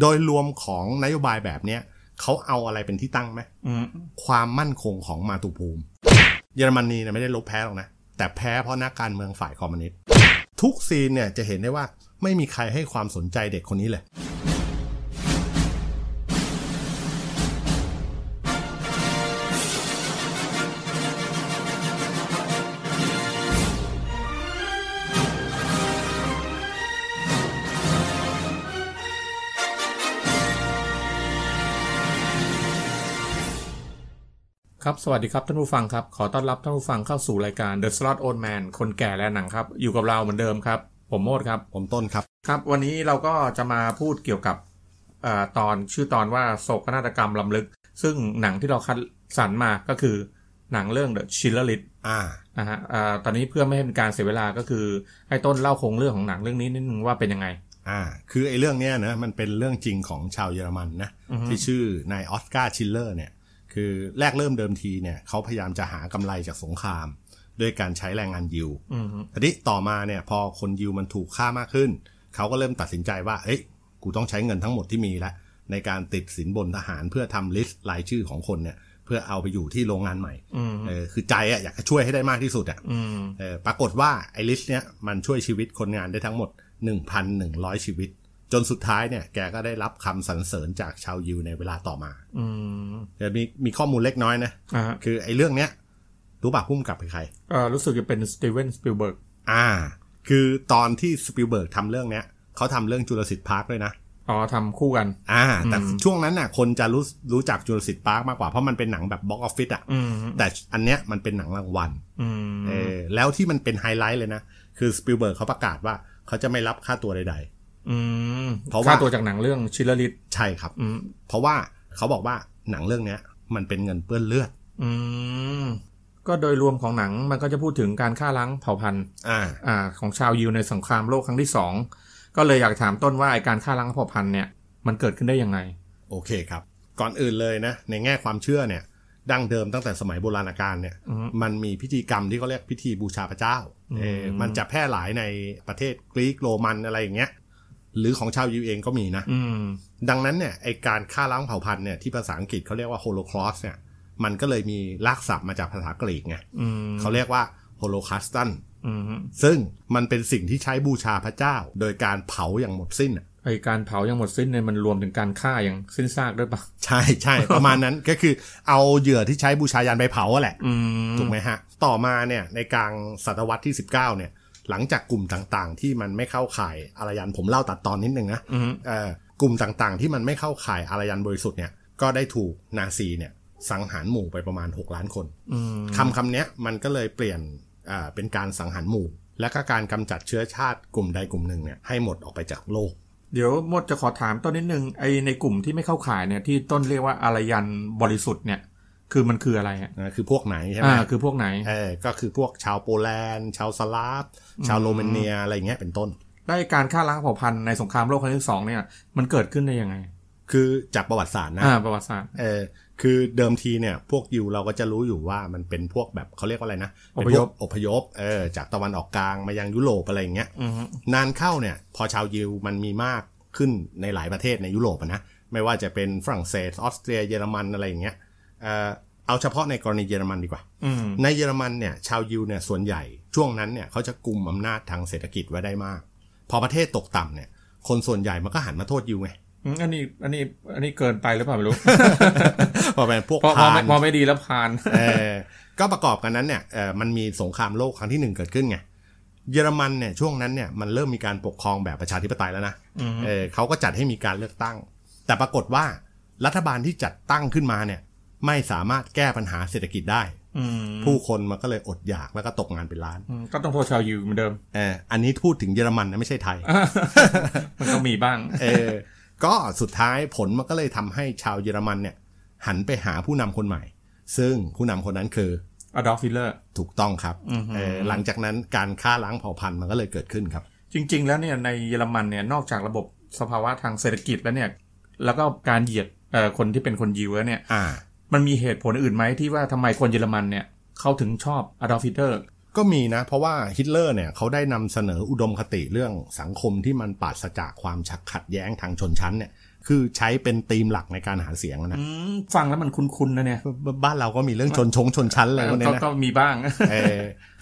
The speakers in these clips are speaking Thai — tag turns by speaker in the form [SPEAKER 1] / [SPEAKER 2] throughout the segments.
[SPEAKER 1] โดยรวมของนโยบายแบบเนี้ยเขาเอาอะไรเป็นที่ตั้งไหม
[SPEAKER 2] อืม
[SPEAKER 1] ความมั่นคงของมาตุภูมิ เยอรมนีเนี่ยไม่ได้ลบแพ้หรอกนะ แต่แพ้เพราะนักการเมืองฝ่ายคอมมิวนิสต์ทุกซีนเนี่ยจะเห็นได้ว่าไม่มีใครให้ความสนใจเด็กคนนี้เลย
[SPEAKER 2] ครับสวัสดีครับท่านผู้ฟังครับ ขอต้อนรับท่านผู้ฟังเข้าสู่รายการ The Slot Old Man คนแก่และหนังครับ อยู่กับเราเหมือนเดิมครับ ผมโมดครับ
[SPEAKER 1] ผมต้นครับ
[SPEAKER 2] ครับ วันนี้เราก็จะมาพูดเกี่ยวกับเออตอนชื่อตอนว่าโศกนาฏกรรมลำลึก ซึ่งหนังที่เราคัดสรรมาก็คือหนังเรื่อง The Schindler List
[SPEAKER 1] อ่า
[SPEAKER 2] นะฮะอ่าตอนนี้เพื่อไม่ให้เป็นการเสียเวลาก็คือให้ต้นเล่าโครงเรื่องของหนังเรื่องนี้นิดนึงว่าเป็นยังไง
[SPEAKER 1] อ่า คือไอ้เรื่องเนี้ยนะมันเป็นเรื่องจริงของชาวเยอรมันนะ
[SPEAKER 2] อือฮึ
[SPEAKER 1] ที่ชื่อนายออสการ์ชิลเลอร์เนี่ย คือแรกเริ่มเดิมทีเนี่ยเขาพยายามจะหากำไรจากสงคราม ด้วยการใช้แรงงานยิว
[SPEAKER 2] อืม
[SPEAKER 1] ทีนี้ต่อมาเนี่ยพอคนยิวมันถูกฆ่ามากขึ้น เขาก็เริ่มตัดสินใจว่าเฮ้ยกูต้องใช้เงินทั้งหมดที่มีละในการติดสินบนทหารเพื่อทำลิสต์รายชื่อของคนเนี่ย เพื่อเอาไปอยู่ที่โรงงานใหม่
[SPEAKER 2] อืม
[SPEAKER 1] เออคือใจอะอยากจะช่วยให้ได้มากที่สุดอะ
[SPEAKER 2] อืม
[SPEAKER 1] เออปรากฏว่าไอ้ลิสต์เนี่ยมันช่วยชีวิตคนงานได้ทั้งหมด 1,100 ชีวิต จนสุดท้ายเนี่ยแกก็ได้รับคำสรรเสริญจากชาวยิวในเวลาต่อมา
[SPEAKER 2] อืม
[SPEAKER 1] แต่มีมีข้อมูลเล็กน้อยนะ
[SPEAKER 2] อ่าฮะ
[SPEAKER 1] คือไอ้เรื่องเนี้ยรู้ป่ะพุ่มกับคือใคร
[SPEAKER 2] เอ่อรู้สึกจะเป็นสตีเวนสปิลเบิร์ก
[SPEAKER 1] อ่า คือตอนที่สปิลเบิร์กทำเรื่องเนี้ยเขาทำเรื่องจูราสิทพาร์คด้วยนะ
[SPEAKER 2] อ๋อทำคู่กัน
[SPEAKER 1] อ่า แต่
[SPEAKER 2] อืม
[SPEAKER 1] ช่วงนั้นน่ะ คนจะรู้รู้จักจูราสิทพาร์คมากกว่า เพราะมันเป็นหนังแบบบ็อกออฟฟิศอ่ะ
[SPEAKER 2] อืม
[SPEAKER 1] แต่อันเนี้ยมันเป็นหนังรางวัล
[SPEAKER 2] อืม
[SPEAKER 1] เออ แล้วที่มันเป็นไฮไลท์เลยนะ คือสปิลเบิร์กเขาประกาศว่าเขาจะไม่รับค่าตัวใด
[SPEAKER 2] อืม
[SPEAKER 1] เพราะว่า
[SPEAKER 2] ค่าตัวจากหนังเรื่องชิลลิต
[SPEAKER 1] ๆ ใช่ครับ
[SPEAKER 2] อืม
[SPEAKER 1] เพราะว่าเขาบอกว่าหนังเรื่องเนี้ยมันเป็นเงินเปื้อนเลือด
[SPEAKER 2] อืม ก็โดยรวมของหนังมันก็จะพูดถึงการฆ่าล้างเผ่าพันธุ์
[SPEAKER 1] อ่า
[SPEAKER 2] อ่าของชาวยิวในสงครามโลกครั้งที่สองก็เลยอยากถามต้นว่าไอ้การฆ่าล้างเผ่าพันธุ์เนี่ยมันเกิดขึ้นได้ยังไง
[SPEAKER 1] โอเคครับ ก่อนอื่นเลยนะ ในแง่ความเชื่อเนี่ย ดั้งเดิมตั้งแต่สมัยโบราณกาลเนี่ย
[SPEAKER 2] อืม
[SPEAKER 1] มันมีพิธีกรรมที่เขาเรียกพิธีบูชาพระเจ้าเออ
[SPEAKER 2] อืม
[SPEAKER 1] มันจะแพร่หลายในประเทศกรีกโรมันอะไรอย่างเงี้ย หรือของชาวยิวเองก็มีนะ
[SPEAKER 2] อืม
[SPEAKER 1] ดังนั้นเนี่ยไอการฆ่าล้างเผ่าพันธุ์เนี่ยที่ภาษาอังกฤษเขาเรียกว่าโฮโลค u สเนี่ย มันก็เลยมีรากศัพท์มาจากภาษากรีกไง
[SPEAKER 2] อืม
[SPEAKER 1] เขาเรียกว่าโฮโลค u สตัน
[SPEAKER 2] อืม
[SPEAKER 1] ซึ่งมันเป็นสิ่งที่ใช้บูชาพระเจ้า โดยการเผาอย่างหมดสิ้นอะ
[SPEAKER 2] ไอการเผายังหมดสิ้นเนี่ยมันรวมถึงการฆ่าอย่างสิ้นซากด้วยปะ
[SPEAKER 1] ใช่ใช่ ประมาณนั้นก็คือเอาเหยื่อที่ใช้บูชายันไปเผาอะแหละ
[SPEAKER 2] อืม
[SPEAKER 1] ถูกไหมฮะ ต่อมาเนี่ยในกลางศตวรรษที่ 19 เนี่ย หลังจากกลุ่มต่างๆ ที่มันไม่เข้าข่ายอารยันผมเล่าตัดตอนนิดนึงนะ
[SPEAKER 2] อืม
[SPEAKER 1] เอ่อกลุ่มต่างๆ ที่มันไม่เข้าข่ายอารยันบริสุทธิ์เนี่ย ก็ได้ถูกนาซีเนี่ยสังหารหมู่ไปประมาณ 6 ล้านคน
[SPEAKER 2] อืม
[SPEAKER 1] คำคำเนี้ยมันก็เลยเปลี่ยนอ่าเป็นการสังหารหมู่ และก็การกำจัดเชื้อชาติกลุ่มใดกลุ่มหนึ่งเนี่ยให้หมดออกไปจากโลก
[SPEAKER 2] เดี๋ยวมดจะขอถามต้นนิดนึงไอในกลุ่มที่ไม่เข้าข่ายเนี่ยที่ต้นเรียกว่าอารยันบริสุทธิ์เนี่ย คือมันคืออะไรอะ
[SPEAKER 1] นะคือพวกไหนใช่ไหม
[SPEAKER 2] อ่าคือพวกไหน
[SPEAKER 1] เออก็คือพวกชาวโปแลนด์ ชาวสลาฟ ชาวโรมาเนียอะไรอย่างเงี้ยเป็นต้น
[SPEAKER 2] ได้การฆ่าล้างเผ่าพันธุ์ในสงครามโลกครั้งที่สองเนี่ยมันเกิดขึ้นได้ยังไง
[SPEAKER 1] คือจากประวัติศาสตร์นะ
[SPEAKER 2] อ่าประวัติศาสตร์
[SPEAKER 1] เออคือเดิมทีเนี่ยพวกยิวเราก็จะรู้อยู่ว่ามันเป็นพวกแบบเขาเรียกว่าอะไรนะเป็นพวกอพยพเออจากตะวันออกกลางมายังยุโรปอะไรอย่างเงี้ย
[SPEAKER 2] อือฮึ
[SPEAKER 1] นานเข้าเนี่ยพอชาวยิวมันมีมากขึ้นในหลายประเทศในยุโรปอะนะไม่ว่าจะเป็นฝรั่งเศสออสเตรียเยอรมันอะไรอย่างเงี้ยเออเอาเฉพาะในกรณีเยอรมันดีกว่า
[SPEAKER 2] อืม
[SPEAKER 1] ในเยอรมันเนี่ยชาวยิวเนี่ยส่วนใหญ่ช่วงนั้นเนี่ยเขาจะกลุ่มอำนาจทางเศรษฐกิจไว้ได้มาก พอประเทศตกต่ำเนี่ยคนส่วนใหญ่มันก็หันมาโทษยิวไง
[SPEAKER 2] อืมอันนี้อันนี้อันนี้เกินไปหรือเปล่า ไม่รู้
[SPEAKER 1] เพอเป็นพวก
[SPEAKER 2] พอพอ
[SPEAKER 1] พา
[SPEAKER 2] ไม่
[SPEAKER 1] น
[SPEAKER 2] พอไม่ดีแล้วผ่าน
[SPEAKER 1] เออก็ประกอบกันนั้นเนี่ยเออมันมีสงครามโลกครั้งที่หนึ่งเกิดขึ้นไง เยอรมันเนี่ยช่วงนั้นเนี่ยมันเริ่มมีการปกครองแบบประชาธิปไตยแล้วนะ
[SPEAKER 2] อืม
[SPEAKER 1] เออเขาก็จัดให้มีการเลือกตั้ง แต่ปรากฏว่ารัฐบาลที่จัดตั้งขึ้นมาเนี่ยไม่สามารถแก้ปัญหาเศรษฐกิจได้
[SPEAKER 2] อืม
[SPEAKER 1] ผู้คนมันก็เลยอดอยากแล้วก็ตกงานเป็นล้าน
[SPEAKER 2] อืมก็ต้องโทษชาวยูเหมือนเดิม
[SPEAKER 1] เอออันนี้พูดถึงเยอรมันนะไม่ใช่ไทย
[SPEAKER 2] มันก็มีบ้าง
[SPEAKER 1] เออ ก็สุดท้ายผลมันก็เลยทำให้ชาวเยอรมันเนี่ยหันไปหาผู้นำคนใหม่ ซึ่งผู้นำคนนั้นคือ
[SPEAKER 2] อดอล์ฟฮิตเลอร์
[SPEAKER 1] ถูกต้องครับ
[SPEAKER 2] อือฮึ
[SPEAKER 1] เอ่อหลังจากนั้นการฆ่าล้างเผ่าพันธุ์มันก็เลยเกิดขึ้นครับ
[SPEAKER 2] จริง ๆ แล้วเนี่ยในเยอรมันเนี่ยนอกจากระบบสภาวะทางเศรษฐกิจแล้วเนี่ย แล้วก็การเหยียดเอ่อคนที่เป็นคนยิวแล้วเนี่ย
[SPEAKER 1] อ่า
[SPEAKER 2] มันมีเหตุผลอื่นไหมที่ว่าทำไมคนเยอรมันเนี่ยเขาถึงชอบอดอล์ฟฮิตเลอร์
[SPEAKER 1] ก็มีนะ เพราะว่าฮิตเลอร์เนี่ยเขาได้นำเสนออุดมคติเรื่องสังคมที่มันปราศจากความชักขัดแย้งทางชนชั้นเนี่ยคือใช้เป็นธีมหลักในการหาเสียงนะ
[SPEAKER 2] อืมฟังแล้วมันคุ้นๆนะเนี่ย
[SPEAKER 1] บบ้านเราก็มีเรื่องชนชงชนชั้นอะไรพวกนี้
[SPEAKER 2] ก็
[SPEAKER 1] นะ
[SPEAKER 2] ก็มีบ้าง
[SPEAKER 1] เออ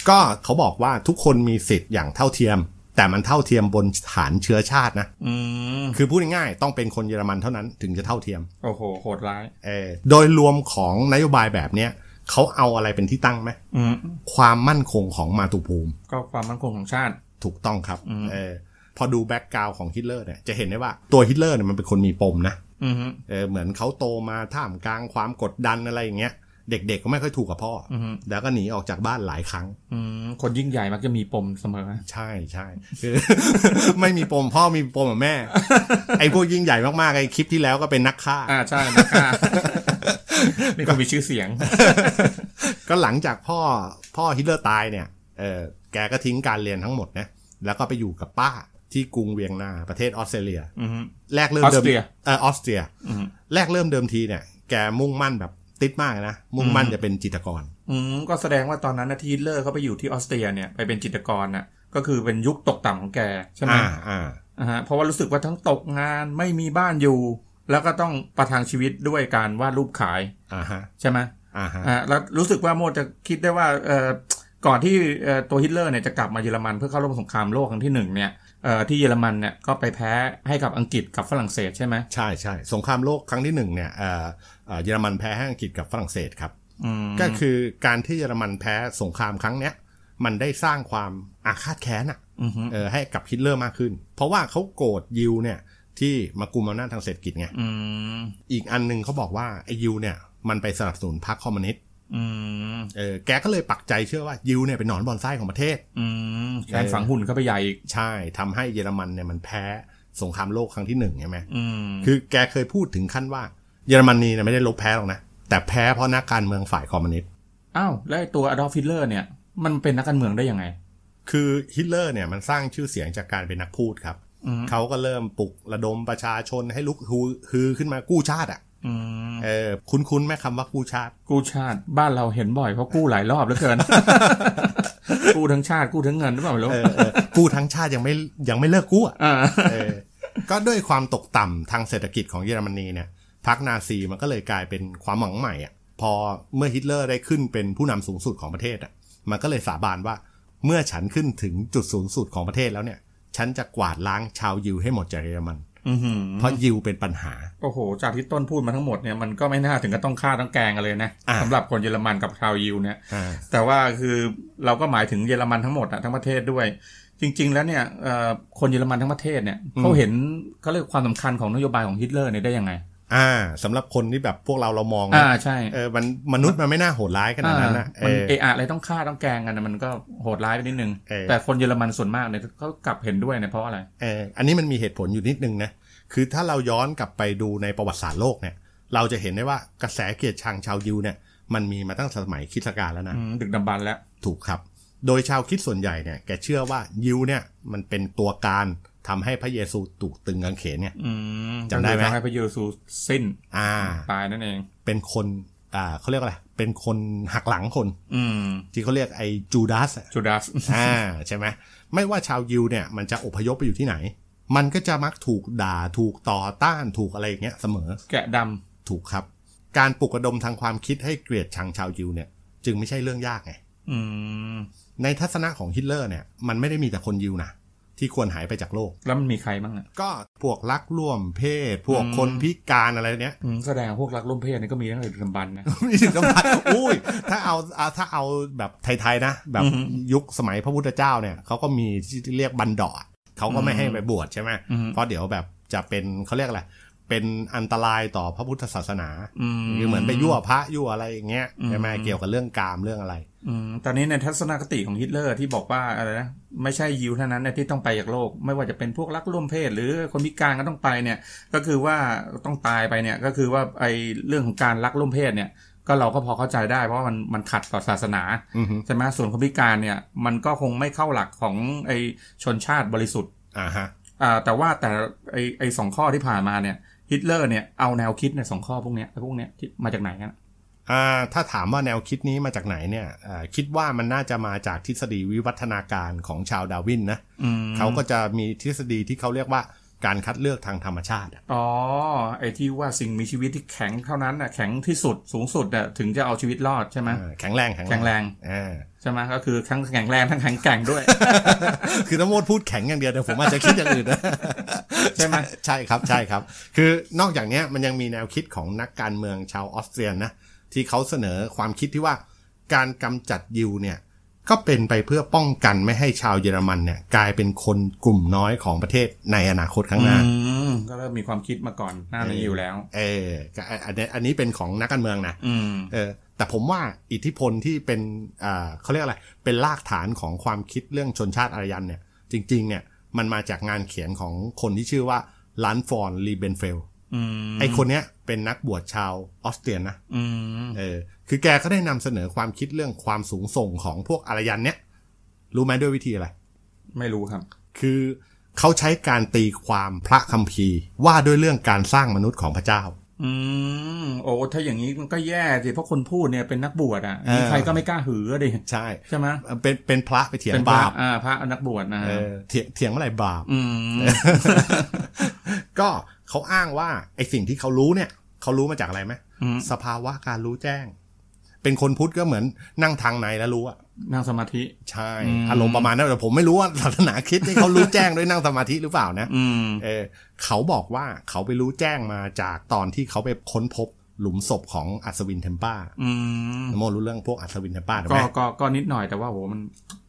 [SPEAKER 1] ก็เขาบอกว่าทุกคนมีสิทธิ์อย่างเท่าเทียม แต่มันเท่าเทียมบนฐานเชื้อชาตินะ
[SPEAKER 2] อืม
[SPEAKER 1] คือพูดง่ายๆต้องเป็นคนเยอรมันเท่านั้นถึงจะเท่าเทียม
[SPEAKER 2] โอ้โหโหดร้าย
[SPEAKER 1] เออโดยรวมของนโยบายแบบเนี้ยเขาเอาอะไรเป็นที่ตั้งไหม
[SPEAKER 2] อืม
[SPEAKER 1] ความมั่นคงของมาตุภูมิ
[SPEAKER 2] ก็ความมั่นคงของชาติ
[SPEAKER 1] ถูกต้องครับเออพอดูแบ็กกราวของฮิตเลอร์เนี่ยจะเห็นได้ว่าตัวฮิตเลอร์เนี่ยมันเป็นคนมีปมนะ
[SPEAKER 2] อืมฮึ
[SPEAKER 1] เออเหมือนเขาโตมาท่ามกลางความกดดันอะไรอย่างเงี้ย เด็กๆก็ไม่ค่อยถูกกับพ่ออ
[SPEAKER 2] อืมฮึ
[SPEAKER 1] แล้วก็หนีออกจากบ้านหลายครั้ง
[SPEAKER 2] อืมคนยิ่งใหญ่มักจะมีปมเสมอ
[SPEAKER 1] ใช่ใช่คือ ไม่มีปมพ่อมีปมกับแม่ ไอ้พวกยิ่งใหญ่มากๆไอ้คลิปที่แล้วก็เป็นนักฆ่า
[SPEAKER 2] อ่า ใช่นะคะมีคนมีชื่อเสียง
[SPEAKER 1] ก็หลังจากพ่อพ่อฮิตเลอร์ตายเนี่ยเออแกก็ทิ้งการเรียนทั้งหมดนะแล้วก็ไปอยู่กับป้าที่กรุงเวียงนาประเทศออสเตรเลีย
[SPEAKER 2] อืมฮึ
[SPEAKER 1] แรกเริ่มเดิม
[SPEAKER 2] ออสเตรีย
[SPEAKER 1] เออออสเตรีย
[SPEAKER 2] อืม
[SPEAKER 1] แรกเริ่มเดิมทีเนี่ยแกมุ่งมั่นแบบติดมากนะมุ่งมั่น
[SPEAKER 2] อืม
[SPEAKER 1] จะเป็นจิตรกร
[SPEAKER 2] อืมก็แสดงว่าตอนนั้นนะที่ฮิตเลอร์เขาไปอยู่ที่ออสเตรียเนี่ยไปเป็นจิตรกรน่ะ ก็คือเป็นยุคตกต่ำของแกใช่ไหม
[SPEAKER 1] อ่าอ่า
[SPEAKER 2] อ่าฮะเพราะว่ารู้สึกว่าทั้งตกงานไม่มีบ้านอยู่ แล้วก็ต้องประทังชีวิตด้วยการวาดรูปขาย
[SPEAKER 1] อ่าฮะ
[SPEAKER 2] ใช่ไหม
[SPEAKER 1] อ่าฮะ
[SPEAKER 2] อ่าแล้วรู้สึกว่าโมดจะคิดได้ว่าเอ่อก่อนที่เอ่อตัวฮิตเลอร์เนี่ยจะกลับมาเยอรมันเพื่อเข้าร่วมสงครามโลกครั้งที่หนึ่งเนี่ยเอ่อที่เยอรมันเนี่ยก็ไปแพ้ให้กับอังกฤษกับฝรั่งเศสใช่ไหม
[SPEAKER 1] ใช่ใช่สงครามโลกครั้งที่หนึ่งเนี่ยเออเอ่อเยอรมันแพ้ให้อังกฤษกับฝรั่งเศสครับ
[SPEAKER 2] อืม
[SPEAKER 1] ก็คือการที่เยอรมันแพ้สงครามครั้งเนี้ยมันได้สร้างความอาฆาตแค้นอะ
[SPEAKER 2] อฮึ
[SPEAKER 1] เออให้กับฮิตเลอร์มากขึ้น เพราะว่าเขาโกรธยิวเนี่ยที่มากุมอำนาจทางเศรษฐกิจไง
[SPEAKER 2] อืม
[SPEAKER 1] อีกอันหนึงเขาบอกว่าไอ้ยิวเนี่ยมันไปสนับสนุนพรรคคอมมิวนิสต์
[SPEAKER 2] อืม
[SPEAKER 1] เออแกก็เลยปักใจเชื่อว่ายิวเนี่ยเป็นหนอนบอลไส้ของประเทศ
[SPEAKER 2] อืมการฝังหุ่นเข้าไปใหญ่อีก
[SPEAKER 1] ใช่ทำให้เยอรมันเนี่ยมันแพ้สงครามโลกครั้งที่หนึ่งใช่ไหม
[SPEAKER 2] อืม
[SPEAKER 1] คือแกเคยพูดถึงขั้นว่าเยอรมนีเนี่ยไม่ได้ลบแพ้หรอกนะแต่แพ้เพราะนักการเมืองฝ่ายคอมมิวนิสต์
[SPEAKER 2] อ้าวแล้วไอ้ตัวอดอล์ฟฮิตเลอร์เนี่ย มันเป็นนักการเมืองได้ยังไง
[SPEAKER 1] คือฮิตเลอร์เนี่ยมันสร้างชื่อเสียงจากการเป็นนักพูดครับ
[SPEAKER 2] อืม
[SPEAKER 1] เขาก็เริ่มปลุกระดมประชาชนให้ลุกฮือฮือขึ้นมากู้ชาติอ่ะ
[SPEAKER 2] อืม
[SPEAKER 1] เออคุ้นคุ้นๆไหมคำว่ากู้ชาติ
[SPEAKER 2] กู้ชาติบ้านเราเห็นบ่อยเพราะกู้หลายรอบเหลือเกิ น กู้ทั้งชาติกู้ทั้งเงินหรือเปล่าไม่รู้
[SPEAKER 1] เออเออกู้ทั้งชาติยังไม่ยังไม่เลิกกู้อ่ะ
[SPEAKER 2] อ่า
[SPEAKER 1] เออ ก็ด้วยความตกต่ำทางเศรษฐกิจของเยอรมนีเนี่ยพรรคนาซีมันก็เลยกลายเป็นความหวังใหม่อ่ะ พอเมื่อฮิตเลอร์ได้ขึ้นเป็นผู้นำสูงสุดของประเทศอ่ะ มันก็เลยสาบานว่าเมื่อฉันขึ้นถึงจุดสูงสุดของประเทศแล้วเนี่ย ฉันจะกวาดล้างชาวยิวให้หมดจากเยอรมัน
[SPEAKER 2] อื้อหือ
[SPEAKER 1] เพราะยิวเป็นปัญหา
[SPEAKER 2] โอ้โห จากที่ต้นพูดมาทั้งหมดเนี่ยมันก็ไม่น่าถึงกับต้องฆ่าต้องแกล้งกันเลยนะ
[SPEAKER 1] อ่า
[SPEAKER 2] สำหรับคนเยอรมันกับชาวยิวเนี่ย
[SPEAKER 1] อ่า
[SPEAKER 2] แต่ว่าคือเราก็หมายถึงเยอรมันทั้งหมดอะทั้งประเทศด้วย จริง ๆ แล้วเนี่ยเอ่อคนเยอรมันทั้งประเทศเนี่ยเขาเห็นเขาเรียกความสำคัญของนโยบายของฮิตเลอร์เนี่ยได้ยังไง
[SPEAKER 1] อ่าสำหรับคนที่แบบพวกเราเรามอง
[SPEAKER 2] อ่า
[SPEAKER 1] นะ
[SPEAKER 2] ใช่
[SPEAKER 1] เออมันมนุษย์มันไม่น่าโหดร้ายขนาดนั้นนะ
[SPEAKER 2] อ่ามัน
[SPEAKER 1] เอ
[SPEAKER 2] เอ
[SPEAKER 1] อ
[SPEAKER 2] อะอะไรต้องฆ่าต้องแกล้งกันนะมันก็โหดร้ายไปนิดนึง
[SPEAKER 1] เออ
[SPEAKER 2] แต่คนเยอรมันส่วนมากเนี่ยเขากลับเห็นด้วยเนี่ยเพราะอะไร
[SPEAKER 1] เอออันนี้มันมีเหตุผลอยู่นิดนึงนะ คือถ้าเราย้อนกลับไปดูในประวัติศาสตร์โลกเนี่ย เราจะเห็นได้ว่ากระแสเกลียดชังชาวยิวเนี่ย มันมีมาตั้งสมัยคริสตกาลแล้วนะ
[SPEAKER 2] อืมดึกดำบรรพ์แล้ว
[SPEAKER 1] ถูกครับ โดยชาวคริดส่วนใหญ่เนี่ยแกเชื่อว่ายิวเนี่ยมันเป็นตัวการทำให้พระเยซูถูกตึงกางเขนเนี่ย
[SPEAKER 2] อืม
[SPEAKER 1] จำได้ไหม
[SPEAKER 2] ก็คือทำให้พระเยซูสิ้น
[SPEAKER 1] อ่า
[SPEAKER 2] ตายนั่นเอง
[SPEAKER 1] เป็นคนอ่าเขาเรียกอะไร เป็นคนหักหลังคน
[SPEAKER 2] อืม
[SPEAKER 1] ที่เขาเรียกไอ้จูดาสอะ
[SPEAKER 2] จูดาส
[SPEAKER 1] อ่าใช่ไหมไม่ว่าชาวยิวเนี่ยมันจะอพยพไปอยู่ที่ไหน มันก็จะมักถูกด่าถูกต่อต้านถูกอะไรอย่างเงี้ยเสมอ
[SPEAKER 2] แกะด
[SPEAKER 1] ถูกครับ การปลุกระดมทางความคิดให้เกลียดชังชาวยิวเนี่ยจึงไม่ใช่เรื่องยากไง
[SPEAKER 2] ำอืม
[SPEAKER 1] ในทัศนะของฮิตเลอร์เนี่ยมันไม่ได้มีแต่คนยิวนะที่ควรหายไปจากโลก
[SPEAKER 2] แล้วมันมีใครบ้างอ่ะ
[SPEAKER 1] ก็พวกลักร่วมเพศ พวกคนพิการอะไรเนี้ย
[SPEAKER 2] อืมแสดงว่าพวกรักร่วมเพศเนี่ยก็มีตั้งแต่ดึกดำบรรพ์นะ
[SPEAKER 1] มีถึงต้องพัดอุ้ยถ้าเอาอ่าถ้าเอาแบบไทยๆนะแบบ
[SPEAKER 2] อือฮึ
[SPEAKER 1] ยุคสมัยพระพุทธเจ้าเนี่ยเขาก็มีที่เรียกบันดออะเขาก็ไม่ให้ไปบวชใช่ไหม
[SPEAKER 2] อือฮึ
[SPEAKER 1] เพราะเดี๋ยวแบบจะเป็นเขาเรียกอะไรเป็นอันตรายต่อพระพุทธศาสนา
[SPEAKER 2] อืม
[SPEAKER 1] คือเหมือนไปยั่วพระยั่วอะไรอย่างเงี้ยใช่ไหม
[SPEAKER 2] อืม
[SPEAKER 1] เกี่ยวกับเรื่องกามเรื่องอะไร
[SPEAKER 2] อืมตอนนี้ในทัศนคติของฮิตเลอร์ที่บอกว่าอะไรนะไม่ใช่ยิวเท่านั้นเนี่ยที่ต้องไปจากโลก ไม่ว่าจะเป็นพวกรักร่วมเพศ หรือคนพิการก็ต้องไปเนี่ย ก็คือว่าต้องตายไปเนี่ยก็คือว่าไอ้เรื่องของการรักร่วมเพศเนี่ย ก็เราก็พอเข้าใจได้เพราะว่ามันมันขัดต่อศาสนา
[SPEAKER 1] อือฮึ
[SPEAKER 2] ใช่ไหมส่วนคนพิการเนี่ยมันก็คงไม่เข้าหลักของไอ้ชนชาติบริสุทธิ์
[SPEAKER 1] อ่าฮะ
[SPEAKER 2] อ่าแต่ว่าแต่ไอ้ไอ้สองข้อที่ผ่านมาเนี่ยฮิตเลอร์เนี่ยเอาแนวคิดในยสองข้อพวกเนี้ยไอ้พวกเนี้ยที่มาจากไหนกัน
[SPEAKER 1] อ่าถ้าถามว่าแนวคิดนี้มาจากไหนเนี่ยอ่าคิดว่ามันน่าจะมาจากทฤษฎีวิวัฒนาการของชาวดาร์วินนะ
[SPEAKER 2] อืม
[SPEAKER 1] เขาก็จะมีทฤษฎีที่เขาเรียกว่าการคัดเลือกทางธรรมชาติอะ
[SPEAKER 2] อ๋อไอ้ที่ว่าสิ่งมีชีวิตที่แข็งเท่านั้นน่ะแข็งที่สุดสูงสุดน่ะถึงจะเอาชีวิตรอดใช่ไหม
[SPEAKER 1] อ่าแข็งแรงแข็งแร
[SPEAKER 2] แข็ง
[SPEAKER 1] ง
[SPEAKER 2] แรง
[SPEAKER 1] อ่า
[SPEAKER 2] ใช่ไหมก็คือทั้งแข็งแรงทั้งแข็งแกร่งด้วย
[SPEAKER 1] คือน้ำมดพูดแข็งอย่างเดียวแต่ผมอาจจะคิดอย่างอื่นนะ
[SPEAKER 2] ใช่ไหม
[SPEAKER 1] ใช่ครับใช่ครับ คือนอกจากเนี้ยมันยังมีแนวคิดของนักการเมืองชาวออสเตรียนะที่เขาเสนอความคิดที่ว่าการกำจัดยิวเนี่ยก็เป็นไปเพื่อป้องกันไม่ให้ชาวเยอรมันเนี่ยกลายเป็นคนกลุ่มน้อยของประเทศในอนาคตข้างหน้า
[SPEAKER 2] อืมก็เริ่มมีความคิดมาก่อนหน้านี้อยู่แล้ว
[SPEAKER 1] เออก็อันนี้อันนี้เป็นของนักการเมืองนะ
[SPEAKER 2] อืม
[SPEAKER 1] เออแต่ผมว่าอิทธิพลที่เป็นอ่าเขาเรียกอะไร เป็นรากฐานของความคิดเรื่องชนชาติอารยันเนี่ย จริง ๆ เนี่ยมันมาจากงานเขียนของคนที่ชื่อว่าลันฟอนรีเบนเฟล
[SPEAKER 2] อืม
[SPEAKER 1] ไอคนเนี้ยเป็นนักบวชชาวออสเตรียนนะ
[SPEAKER 2] อืม
[SPEAKER 1] เออคือแกก็ได้นำเสนอความคิดเรื่องความสูงส่งของพวกอารยันเนี่ย รู้ไหมด้วยวิธีอะไร
[SPEAKER 2] ไม่รู้ครับ
[SPEAKER 1] คือเขาใช้การตีความพระคัมภีร์ ว่าด้วยเรื่องการสร้างมนุษย์ของพระเจ้า
[SPEAKER 2] อืมโอ้ถ้าอย่างนี้มันก็แย่สิเพราะคนพูดเนี่ยเป็นนักบวชอ่ะ
[SPEAKER 1] เออ
[SPEAKER 2] มีใครก็ไม่กล้าหืออะดิ
[SPEAKER 1] ใช่
[SPEAKER 2] ใช่ไหม
[SPEAKER 1] เป็นเป็นพระไปเถียง
[SPEAKER 2] เป็นพระ
[SPEAKER 1] บาป
[SPEAKER 2] อ่าพระนักบวชนะ
[SPEAKER 1] เออเถียงเถียงว่าอะไรบาป
[SPEAKER 2] อืม
[SPEAKER 1] ก็เขาอ้างว่าไอสิ่งที่เขารู้เนี่ย เขารู้มาจากอะไรไหม
[SPEAKER 2] อืม
[SPEAKER 1] สภาวะการรู้แจ้ง เป็นคนพุทธก็เหมือนนั่งทางในแล้วรู้อะ
[SPEAKER 2] นั่งสมาธิ
[SPEAKER 1] ใช่
[SPEAKER 2] อืม
[SPEAKER 1] อารมณ์ประมาณนั้นแต่ผมไม่รู้ว่าศาสนาคริดนี่เขารู้แจ้งด้วยนั่งสมาธิหรือเปล่านะ
[SPEAKER 2] อืม
[SPEAKER 1] เออเขาบอกว่าเขาไปรู้แจ้งมาจากตอนที่เขาไปค้นพบหลุมศพของอัศวินเทมป้า
[SPEAKER 2] อืม
[SPEAKER 1] โมรู้เรื่องพวกอัศวินเทมป้าถูก
[SPEAKER 2] ก็
[SPEAKER 1] ไหม
[SPEAKER 2] ก็ก็นิดหน่อยแต่ว่าโหมัน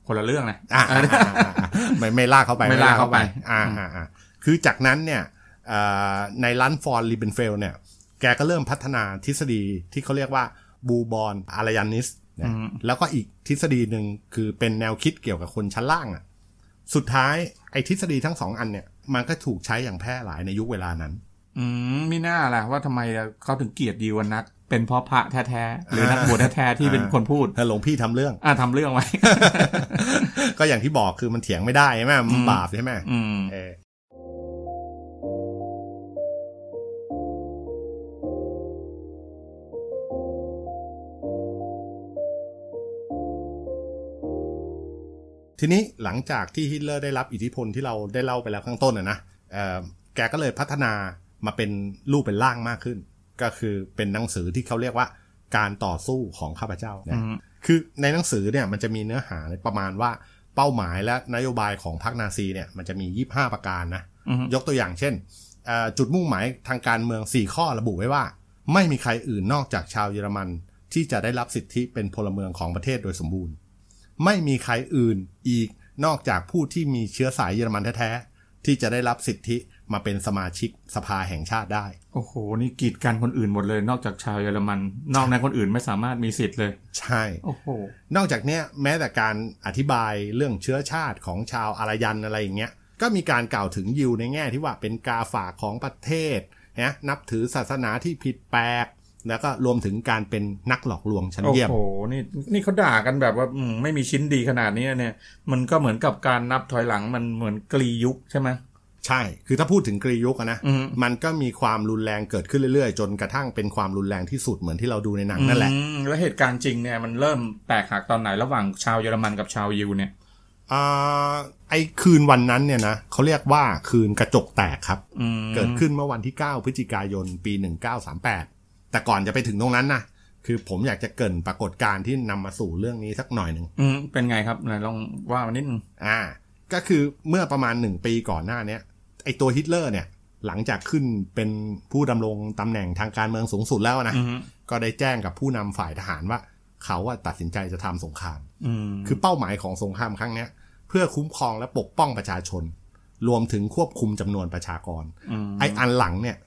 [SPEAKER 2] คนละเรื่องนะ
[SPEAKER 1] อ่ะอ่ะอ่ะอ่ะไม่ไม่ลากเข้าไป
[SPEAKER 2] ไม่ลากเข้าไป
[SPEAKER 1] อ่าอ่าอ่าคือจากนั้นเนี่ยเอ่อในลันฟอร์ลีเบนเฟลเนี่ย แกก็เริ่มพัฒนาทฤษฎีที่เขาเรียกว่าบูบอนอารยานิส
[SPEAKER 2] อืม
[SPEAKER 1] แล้วก็อีกทฤษฎีหนึ่งคือเป็นแนวคิดเกี่ยวกับคนชั้นล่างอะ่ะ สุดท้ายไอ้ทฤษฎีทั้งสองอันเนี่ยมันก็ถูกใช้อย่างแพร่หลายในยุคเวลานั้น
[SPEAKER 2] อืมมิน่าล่ะว่าทำไมเขาถึงเกลียดดีวันนัก เป็นเพราะพระแท้ๆหรือนักบวชแท้ ๆที่เป็นคนพูด
[SPEAKER 1] ถ้าหลวงพี่ทำเรื่อง
[SPEAKER 2] อ่าทำเรื่องไว้
[SPEAKER 1] ก็อย่างที่บอกคือมันเถียงไม่ได้ใช่ไหมมันบาปใช่ไหม
[SPEAKER 2] อืม
[SPEAKER 1] เออทีนี้หลังจากที่ฮิตเลอร์ได้รับอิทธิพลที่เราได้เล่าไปแล้วข้างต้นนะนะเอ่อแกก็เลยพัฒนามาเป็นรูปเป็นร่างมากขึ้น ก็คือเป็นหนังสือที่เขาเรียกว่าการต่อสู้ของข้าพเจ้านะ
[SPEAKER 2] อืม
[SPEAKER 1] คือในหนังสือเนี่ยมันจะมีเนื้อหาประมาณว่าเป้าหมายและนโยบายของพรรคนาซีเนี่ยมันจะมี 25 ประการนะ
[SPEAKER 2] อืม
[SPEAKER 1] ยกตัวอย่างเช่นเอ่อจุดมุ่งหมายทางการเมือง 4 ข้อระบุไว้ว่า ไม่มีใครอื่นนอกจากชาวเยอรมัน ที่จะได้รับสิทธิเป็นพลเมืองของประเทศโดยสมบูรณ์ ไม่มีใครอื่นอีกนอกจากผู้ที่มีเชื้อสายเยอรมันแท้ๆที่จะได้รับสิทธิมาเป็นสมาชิกสภาแห่งชาติได้
[SPEAKER 2] โอ้โหนี่กีดกันคนอื่นหมดเลย นอกจากชาวเยอรมัน นอกนั้นคนอื่นไม่สามารถมีสิทธิ์เลย
[SPEAKER 1] ใช่
[SPEAKER 2] โอ้โห
[SPEAKER 1] นอกจากเนี้ยแม้แต่การอธิบายเรื่องเชื้อชาติของชาวอารยันอะไรอย่างเงี้ยก็มีการกล่าวถึงยิวในแง่ที่ว่าเป็นกาฝากของประเทศนะนับถือศาสนาที่ผิดแปลก แล้วก็รวมถึงการเป็นนักหลอกลวงชั้น
[SPEAKER 2] โอ้
[SPEAKER 1] เยี่ยม
[SPEAKER 2] โห นี่นี่เขาด่ากันแบบว่าอืมไม่มีชิ้นดีขนาดนี้เนี่ย มันก็เหมือนกับการนับถอยหลังมันเหมือนกรียุคใช่ไหม
[SPEAKER 1] ใช่ คือถ้าพูดถึงกรียุกอะนะ
[SPEAKER 2] อืม
[SPEAKER 1] มันก็มีความรุนแรงเกิดขึ้นเรื่อยๆ จนกระทั่งเป็นความรุนแรงที่สุดเหมือนที่เราดูในหนังนั่นแหละ
[SPEAKER 2] อืมแล้วเหตุการณ์จริงเนี่ยมันเริ่มแตกหักตอนไหนระหว่างชาวเยอรมันกับชาวยิวเนี่ย
[SPEAKER 1] อ่าไอคืนวันนั้นเนี่ยนะเขาเรียกว่าคืนกระจกแตกครับ
[SPEAKER 2] อืม
[SPEAKER 1] เกิดขึ้นเมื่อวันที่ 9 พฤศจิกายน ปี 1938 แต่ก่อนจะไปถึงตรงนั้นนะ คือผมอยากจะเกรินปรากฏการณ์ที่นำมาสู่เรื่องนี้สักหน่อยหนึ่ง
[SPEAKER 2] อืมเป็นไงครับไหนลองว่ามันนิดนึง
[SPEAKER 1] อ่า ก็คือเมื่อประมาณ 1 ปีก่อนหน้าเนี้ย ไอตัวฮิตเลอร์เนี่ย หลังจากขึ้นเป็นผู้ดำรงตำแหน่งทางการเมืองสูงสุดแล้วนะ
[SPEAKER 2] อืม
[SPEAKER 1] ก็ได้แจ้งกับผู้นำฝ่ายทหารว่า เขาอะตัดสินใจจะทำสงคราม
[SPEAKER 2] อืม
[SPEAKER 1] คือเป้าหมายของสงครามครั้งเนี้ย เพื่อคุ้มครองและปกป้องประชาชน รวมถึงควบคุมจำนวนประชากร
[SPEAKER 2] ม
[SPEAKER 1] ไออันหลังเนี่ย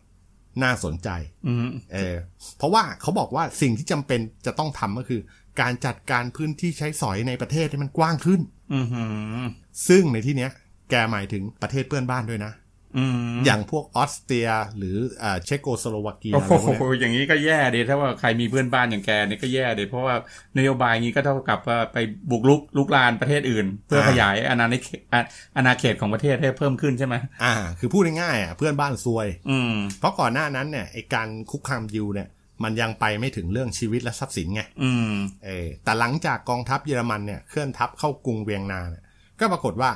[SPEAKER 1] น่าสนใจ
[SPEAKER 2] อืม
[SPEAKER 1] เออเพราะว่าเขาบอกว่าสิ่งที่จำเป็นจะต้องทำก็คือ การจัดการพื้นที่ใช้สอยในประเทศให้มันกว้างขึ้น
[SPEAKER 2] อืมอืม
[SPEAKER 1] ซึ่งในที่เนี้ยแกหมายถึงประเทศเพื่อนบ้านด้วยนะ
[SPEAKER 2] อืม
[SPEAKER 1] อย่างพวกออสเตรียหรือเอ่อเชโกสโลวาเกีย
[SPEAKER 2] โอ้
[SPEAKER 1] อะไร
[SPEAKER 2] โห
[SPEAKER 1] พวกเนี้ย
[SPEAKER 2] อย่างนี้ก็แย่ดีถ้าว่าใครมีเพื่อนบ้านอย่างแกเนี่ยก็แย่ดีเพราะว่านโยบายอย่างนี้ก็เท่ากับว่าไปบุกลุกลุกลานประเทศอื่น เพื่อขยายอาณาเขตอ่ะอาณาเขตของประเทศให้เพิ่มขึ้นใช่ไหม
[SPEAKER 1] อ่า คือพูดง่ายๆอ่ะเพื่อนบ้านซวย
[SPEAKER 2] อืม
[SPEAKER 1] เพราะก่อนหน้านั้นเนี่ยไอการคุกคามยิวเนี่ย มันยังไปไม่ถึงเรื่องชีวิตและทรัพย์สินไง
[SPEAKER 2] อืม
[SPEAKER 1] เออแต่หลังจากกองทัพเยอรมันเนี่ยเคลื่อนทัพเข้ากรุงเวียงนาเนี่ยก็ปรากฏว่า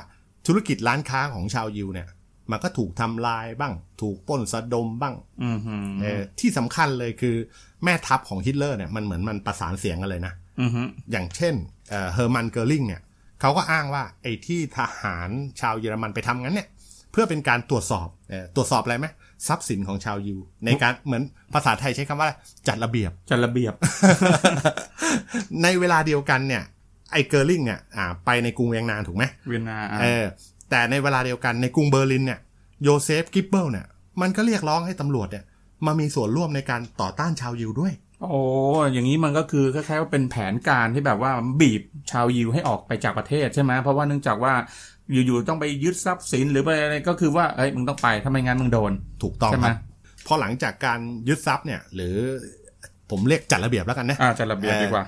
[SPEAKER 1] ธุรกิจร้านค้าของชาวยิวเนี่ย มันก็ถูกทำลายบ้าง ถูกปล้นสะดมบ้าง
[SPEAKER 2] อืมอืม
[SPEAKER 1] เออที่สำคัญเลยคือแม่ทัพของฮิตเลอร์เนี่ยมันเหมือนมันประสานเสียงกันเลยนะ
[SPEAKER 2] อืม
[SPEAKER 1] อย่างเช่นเอ่อเฮอร์มันเกอร์ลิงเนี่ยเขาก็อ้างว่าไอ้ที่ทหารชาวเยอรมันไปทำงั้นเนี่ย เพื่อเป็นการตรวจสอบเอ่อตรวจสอบอะไรไหมทรัพย์สินของชาวยิว ในการเหมือนภาษาไทยใช้คำว่าจัดระเบียบ
[SPEAKER 2] จัดระเบียบ
[SPEAKER 1] ในเวลาเดียวกันเนี่ยไอ้เกอร์ลิงเนี่ยอ่าไปในกรุงเวียงนานถูกไหม
[SPEAKER 2] เวียนนาอ่ะ
[SPEAKER 1] เออแต่ในเวลาเดียวกันในกรุงเบอร์ลินเนี่ยโยเซฟกิปเปิลเนี่ยมันก็เรียกร้องให้ตำรวจเนี่ยมามีส่วนร่วมในการต่อต้านชาวยิวด้วย
[SPEAKER 2] โอ้อย่างนี้มันก็คือคล้ายๆว่าเป็นแผนการที่แบบว่าบีบชาวยิวให้ออกไปจากประเทศใช่ไหมเพราะว่าเนื่องจากว่าอยู่ๆต้องไปยึดทรัพย์สินหรือไปอะไรก็คือว่าเอ้ยมึงต้องไปถ้าไม่งั้นมึงโดน
[SPEAKER 1] ถูกต้อง
[SPEAKER 2] ใช่
[SPEAKER 1] ค
[SPEAKER 2] ไหม
[SPEAKER 1] รับพอหลังจากการยึดทรัพย์เนี่ยหรือผมเรียกจัดระเบียบแล้วกันนะ
[SPEAKER 2] อ่าจัดระเบียบดีกว่า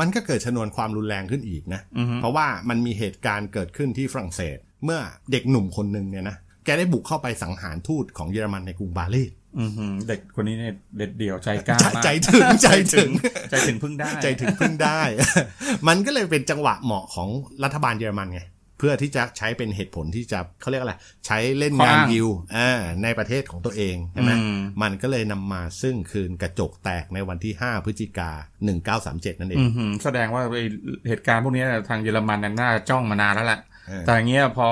[SPEAKER 1] มันก็เกิดชนวนความรุนแรงขึ้นอีกนะ
[SPEAKER 2] อือฮึ
[SPEAKER 1] เพราะว่ามันมีเหตุการณ์เกิดขึ้นที่ฝรั่งเศส เมื่อเด็กหนุ่มคนหนึ่งเนี่ยนะแกได้บุกเข้าไปสังหารทูตของเยอรมันในกรุงบารีส
[SPEAKER 2] อือหือเด็กคนนี้เนี่ยเด็ดเดี่ยวใจกล้า
[SPEAKER 1] ใจ
[SPEAKER 2] มาก
[SPEAKER 1] ใจถึง ใจถึง
[SPEAKER 2] ใจถึงเพึ่งได้
[SPEAKER 1] ใจถึงพึ่งได้ มันก็เลยเป็นจังหวะเหมาะของรัฐบาลเยอรมันไง เพื่อที่จะใช้เป็นเหตุผลที่จะเขาเรียกอะไร ใช้เล่นงานยิวอ่าในประเทศของตัวเองใช่ไหม
[SPEAKER 2] อืม
[SPEAKER 1] มันก็เลยนำมาซึ่งคืนกระจกแตกในวันที่ 5 พฤศจิกา 1937 นั่นเอง
[SPEAKER 2] อือหือแสดงว่าไอ้เหตุการณ์พวกนี้ทางเยอรมันน่ะน่าจ้องมานานแล้วแหละ
[SPEAKER 1] เออ
[SPEAKER 2] แต่อย่างเงี้ยพอ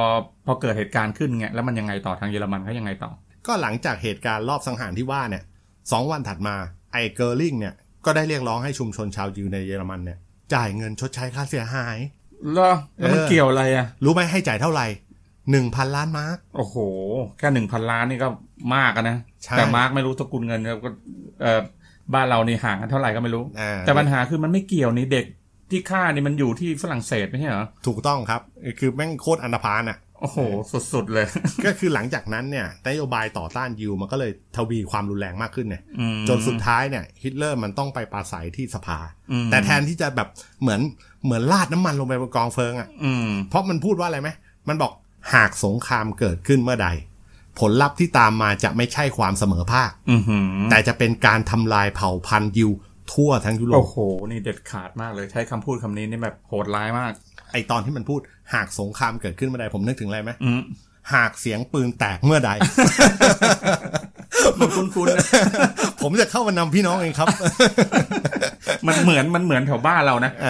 [SPEAKER 2] พอเกิดเหตุการณ์ขึ้นเงี้ยแล้วมันยังไงต่อทางเยอรมันเขายังไงต่อ
[SPEAKER 1] ก็หลังจากเหตุการณ์รอบสังหารที่ว่าเนี่ยสองวันถัดมาไอเกิร์ลิงเนี่ยก็ได้เรียกร้องให้ชุมชนชาวยิวในเยอรมันเนี่ยจ่ายเงินชดใช้ค่าเสียหาย
[SPEAKER 2] เหรอแล้วมัน
[SPEAKER 1] เออ
[SPEAKER 2] เกี่ยวอะไรอ่ะ
[SPEAKER 1] รู้ไหมให้จ่ายเท่าไหร่หนึ่งพันล้านมาร์ก
[SPEAKER 2] โอ้โห แค่หนึ่งพันล้านนี่ก็มากอะนะ
[SPEAKER 1] ใช่
[SPEAKER 2] แต่มาร์กไม่รู้สกุลเงินแล้วก็เอ่อบ้านเรานี่ห่างกันเท่าไหร่ก็ไม่รู้
[SPEAKER 1] อ่า
[SPEAKER 2] แต่ปัญหาคือมันไม่เกี่ยวนี่เด็กที่ฆ่านี่มันอยู่ที่ฝรั่งเศสไม่ใช่เหรอ
[SPEAKER 1] ถูกต้องครับ คือแม่งโคตรอันธพาลอ่ะ
[SPEAKER 2] โอ้โห สุดๆเลย
[SPEAKER 1] ก็คือหลังจากนั้นเนี่ยนโยบายต่อต้านยิวมันก็เลยทวีความรุนแรงมากขึ้นเนี่ย
[SPEAKER 2] อืม
[SPEAKER 1] จนสุดท้ายเนี่ยฮิตเลอร์มันต้องไปปราศัยที่สภา
[SPEAKER 2] อืม
[SPEAKER 1] แต่แทนที่จะแบบเหมือนเหมือนราดน้ำมันลงไปบนกองเฟิงอ่ะ
[SPEAKER 2] อืม
[SPEAKER 1] เพราะมันพูดว่าอะไรไหม มันบอกหากสงครามเกิดขึ้นเมื่อใด ผลลัพธ์ที่ตามมาจะไม่ใช่ความเสมอภาค
[SPEAKER 2] อือหือ
[SPEAKER 1] แต่จะเป็นการทำลายเผ่าพันธุ์ยิวทั่วทั้งยุโร
[SPEAKER 2] โอ้
[SPEAKER 1] ป
[SPEAKER 2] โห นี่เด็ดขาดมากเลย ใช้คำพูดคำนี้นี่แบบโหดร้ายมาก
[SPEAKER 1] ไอตอนที่มันพูดหากสงครามเกิดขึ้นเมื่อใดผมนึกถึงอะไรไหม
[SPEAKER 2] อืม
[SPEAKER 1] หากเสียงปืนแตกเมื่อใด
[SPEAKER 2] มันคุ้นๆนะ
[SPEAKER 1] ผมจะเข้ามานำพี่น้องเองครับ
[SPEAKER 2] มันเหมือนมันเหมือนแถวบ้านเรานะ
[SPEAKER 1] เอ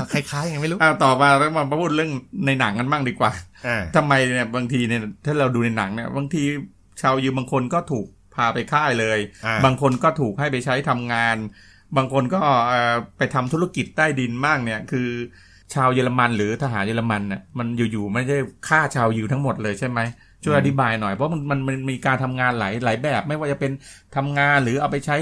[SPEAKER 1] อคล้ายๆยังไม่รู้
[SPEAKER 2] อ่าต่อมาแล้วมาพูดเรื่องในหนังกันบ้างดีกว่า
[SPEAKER 1] อ่า
[SPEAKER 2] ทำไมเนี่ยบางทีเนี่ยถ้าเราดูในหนังเนี่ยบางทีชาวยิวบางคนก็ถูกพาไปค่ายเลย
[SPEAKER 1] อ่า
[SPEAKER 2] บางคนก็ถูกให้ไปใช้ทำงาน บางคนก็เอ่อไปทำธุรกิจใต้ดินบ้างเนี่ยคือ ชาวเยอรมันหรือทหารเยอรมันเนี่ยมันอยู่ๆไม่ได้ฆ่าชาวยิวทั้งหมดเลยใช่ไหมช่วยอธิบายหน่อยเพราะมันมันมันมีการทำงานหลายหลายแบบ ไม่ว่าจะเป็นทำงานหรือเอาไปใช้